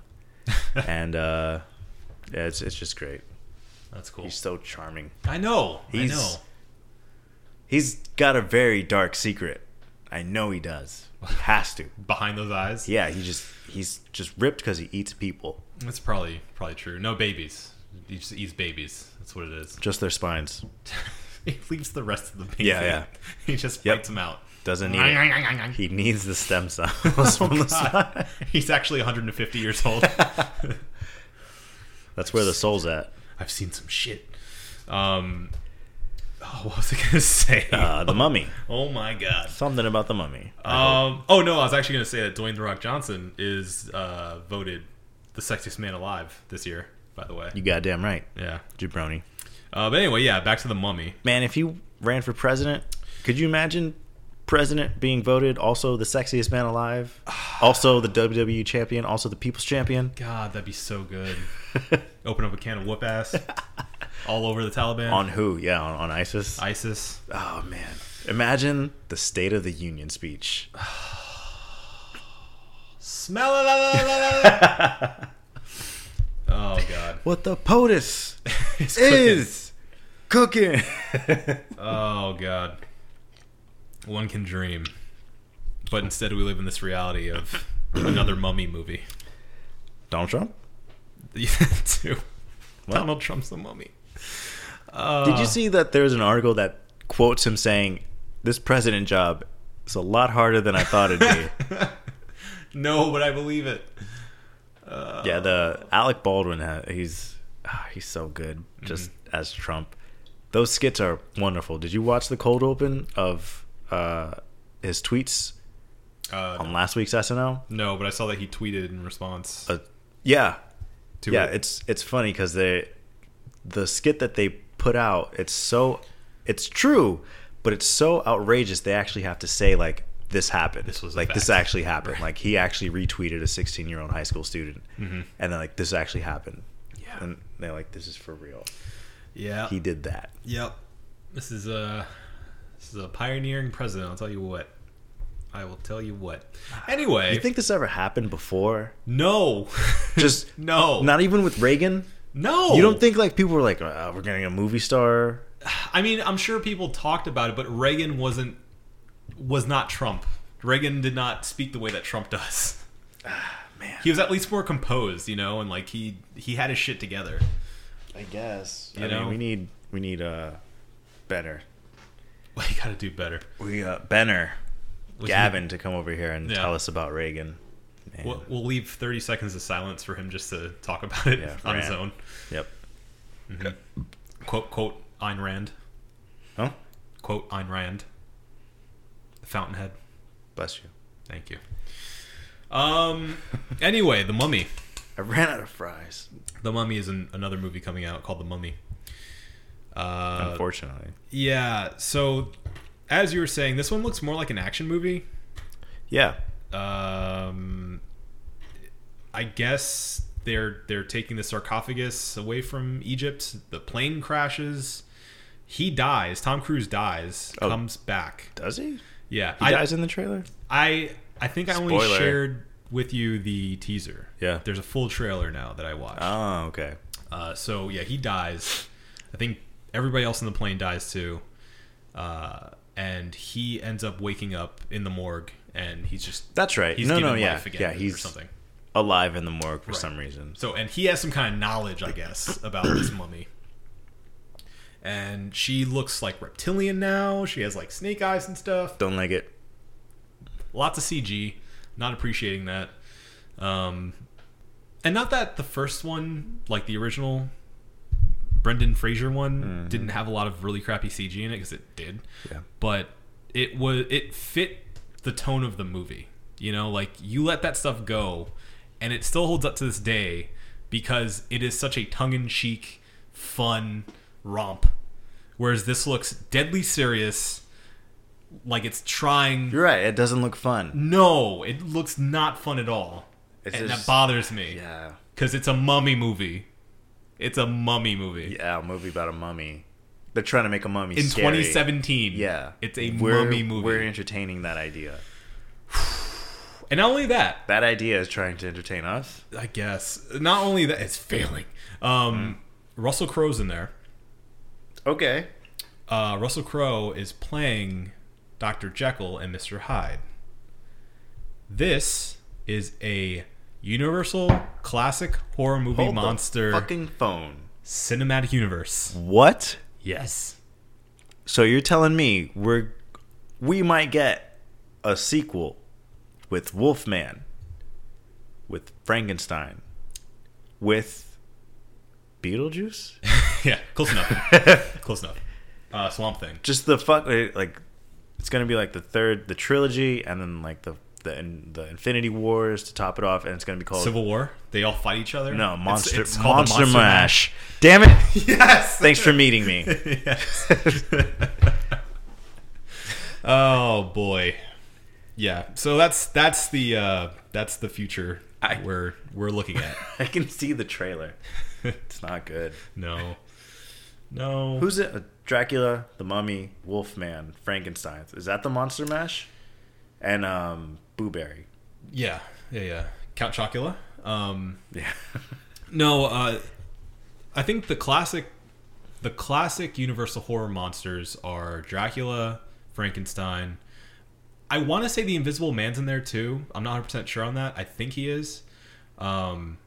Speaker 2: and uh, yeah, it's it's just great.
Speaker 1: That's cool.
Speaker 2: He's so charming.
Speaker 1: I know.
Speaker 2: He's-
Speaker 1: I know.
Speaker 2: He's got a very dark secret. I know he does. He has to.
Speaker 1: Behind those eyes.
Speaker 2: Yeah, he just he's just ripped because he eats people,
Speaker 1: That's probably probably true. No babies. He just eats babies. That's what it is.
Speaker 2: just their spines.
Speaker 1: he leaves the rest of the babies.
Speaker 2: Yeah,
Speaker 1: in.
Speaker 2: yeah.
Speaker 1: He just
Speaker 2: Yep.
Speaker 1: fights them out.
Speaker 2: Doesn't need it. He needs the stem cells
Speaker 1: Oh,
Speaker 2: from the side.
Speaker 1: He's actually 150 years old.
Speaker 2: That's where the soul's at.
Speaker 1: I've seen some shit. Um, oh, what was I gonna say?
Speaker 2: Uh, the mummy.
Speaker 1: oh my god.
Speaker 2: Something about the mummy.
Speaker 1: Um, oh no, I was actually gonna say that Dwayne the Rock Johnson is uh, voted the sexiest man alive this year. By the way,
Speaker 2: you goddamn right,
Speaker 1: yeah.
Speaker 2: jabroni.
Speaker 1: Uh, but anyway, yeah. Back to the mummy.
Speaker 2: Man, if you ran for president, could you imagine president being voted also the sexiest man alive, also the WWE champion, also the people's champion
Speaker 1: God, that'd be so good. Open up a can of whoop ass all over the Taliban.
Speaker 2: on who? Yeah, on, on ISIS.
Speaker 1: ISIS.
Speaker 2: Oh man, imagine the State of the Union speech.
Speaker 1: Smell it. oh god.
Speaker 2: What the POTUS
Speaker 1: It's
Speaker 2: is cooking.
Speaker 1: Oh god. One can dream. But instead we live in this reality of another mummy movie.
Speaker 2: Donald Trump.
Speaker 1: Too.
Speaker 2: What?
Speaker 1: Donald Trump's the mummy. Uh,
Speaker 2: Did you see that there's an article that quotes him saying, "This president job is a lot harder than I thought it'd be."
Speaker 1: No, but I believe it.
Speaker 2: yeah, the Alec Baldwin, ha- he's ah, he's so good just as Trump. Those skits are wonderful. Did you watch the cold open of uh, his tweets
Speaker 1: Uh,
Speaker 2: on last week's SNL?
Speaker 1: no, but I saw that he tweeted in response
Speaker 2: Uh, yeah,
Speaker 1: to
Speaker 2: yeah,
Speaker 1: it.
Speaker 2: it's it's funny because they the skit that they put out, it's so it's true, but it's so outrageous they actually have to say like this happened.
Speaker 1: This was a
Speaker 2: like this
Speaker 1: fact.
Speaker 2: actually happened. Like he actually retweeted a 16 year old high school student, and then like this actually happened.
Speaker 1: Mm-hmm. Yeah.
Speaker 2: and they're like, this is for real.
Speaker 1: Yeah.
Speaker 2: He did that.
Speaker 1: Yep. This is a this is a pioneering president. I'll tell you what. I will tell you what. Anyway,
Speaker 2: You think this ever happened before?
Speaker 1: no,
Speaker 2: Just
Speaker 1: no, Oh.
Speaker 2: not even with Reagan.
Speaker 1: no.
Speaker 2: You don't think like people were like, uh we're getting a movie star.
Speaker 1: I mean, I'm sure people talked about it, but Reagan wasn't was not Trump. Reagan did not speak the way that Trump does.
Speaker 2: Ah, man.
Speaker 1: He was at least more composed, you know, and like he he had his shit together.
Speaker 2: I guess.
Speaker 1: You
Speaker 2: I mean,
Speaker 1: know?
Speaker 2: we need we need uh better.
Speaker 1: Well, you got to do better.
Speaker 2: We got Benner,
Speaker 1: Was
Speaker 2: Gavin, to come over here and
Speaker 1: Yeah.
Speaker 2: tell us about Reagan. Man.
Speaker 1: We'll, we'll leave 30 seconds of silence for him just to talk about it
Speaker 2: Yeah,
Speaker 1: on his
Speaker 2: rant.
Speaker 1: own. Mm-hmm.
Speaker 2: Yep.
Speaker 1: Quote quote Ayn Rand.
Speaker 2: Huh?
Speaker 1: Quote Ayn Rand. The Fountainhead.
Speaker 2: Bless you.
Speaker 1: Thank you. Um. Anyway, the Mummy.
Speaker 2: I ran out of fries.
Speaker 1: The Mummy is an, another movie coming out called The Mummy. Uh,
Speaker 2: unfortunately.
Speaker 1: yeah. So, as you were saying, this one looks more like an action movie.
Speaker 2: Yeah.
Speaker 1: Um, I guess they're they're taking the sarcophagus away from Egypt. The plane crashes. He dies. Tom Cruise dies.
Speaker 2: Oh.
Speaker 1: Comes back.
Speaker 2: Does he? He
Speaker 1: Yeah. I,
Speaker 2: dies in the trailer.
Speaker 1: I I think I only
Speaker 2: Spoiler.
Speaker 1: shared with you the teaser.
Speaker 2: Yeah.
Speaker 1: There's a full trailer now that I watched.
Speaker 2: Oh, okay.
Speaker 1: Uh, so yeah, he dies. I think everybody else in the plane dies too. Uh, and he ends up waking up in the morgue, and he's just
Speaker 2: That's right.
Speaker 1: He's
Speaker 2: no, no,
Speaker 1: given
Speaker 2: yeah,
Speaker 1: life again
Speaker 2: yeah.
Speaker 1: or
Speaker 2: He's
Speaker 1: something.
Speaker 2: alive in the morgue for
Speaker 1: Right.
Speaker 2: some reason.
Speaker 1: So, and he has some kind of knowledge, I guess, about this mummy. And she looks like reptilian now. She has like snake eyes and stuff.
Speaker 2: Don't like it.
Speaker 1: Lots of CG. Not appreciating that. Um, and not that the first one, like the original Brendan Fraser one, didn't have a lot of really crappy CG in it because it did.
Speaker 2: Yeah.
Speaker 1: But it was it fit the tone of the movie. You know, like you let that stuff go, and it still holds up to this day because it is such a tongue-in-cheek, fun romp. Whereas this looks deadly serious, like it's trying.
Speaker 2: You're right. It doesn't look fun.
Speaker 1: no, it looks not fun at all,
Speaker 2: It's
Speaker 1: and that
Speaker 2: just-
Speaker 1: bothers me
Speaker 2: Yeah.
Speaker 1: because it's a mummy movie. It's a mummy movie.
Speaker 2: Yeah, a movie about a mummy. They're trying to make a mummy
Speaker 1: In
Speaker 2: scary.
Speaker 1: 2017.
Speaker 2: Yeah,
Speaker 1: It's a
Speaker 2: We're-
Speaker 1: mummy movie.
Speaker 2: We're entertaining that idea.
Speaker 1: and not only that,
Speaker 2: That idea is trying to entertain us.
Speaker 1: I guess. Not only that, it's failing.
Speaker 2: Mm.
Speaker 1: Um, Russell Crowe's in there.
Speaker 2: Okay.
Speaker 1: Uh, Russell Crowe is playing Dr. Jekyll and Mr. Hyde. This is a Universal Classic Horror Movie
Speaker 2: Hold the
Speaker 1: Monster
Speaker 2: fucking phone.
Speaker 1: Cinematic Universe.
Speaker 2: What?
Speaker 1: Yes.
Speaker 2: So you're telling me we're we might get a sequel with Wolfman, with Frankenstein, with Beetlejuice?
Speaker 1: yeah, close enough. close enough. Uh, Swamp Thing.
Speaker 2: Just the fuck like it's gonna be like the third the trilogy and then like the the, in, the Infinity Wars to top it off and it's gonna be called
Speaker 1: Civil War. They all fight each other.
Speaker 2: No
Speaker 1: It's-
Speaker 2: Monster
Speaker 1: it's called the
Speaker 2: Monster, Mash. Damn it!
Speaker 1: Yes.
Speaker 2: Thanks for meeting me.
Speaker 1: Yes. oh boy. Yeah. So that's that's the uh that's the future
Speaker 2: I-
Speaker 1: we're we're looking at.
Speaker 2: I can see the trailer. It's not good.
Speaker 1: no. No.
Speaker 2: Who's it? Uh, Dracula, the Mummy, Wolfman, Frankenstein. Is that the Monster Mash? And um, Boo Berry.
Speaker 1: Yeah. Yeah, yeah. Count Chocula. Um
Speaker 2: Yeah.
Speaker 1: no, uh I think the classic the classic universal horror monsters are Dracula, Frankenstein. I want to say the Invisible Man's in there too. I'm not 100% sure on that. I think he is. Um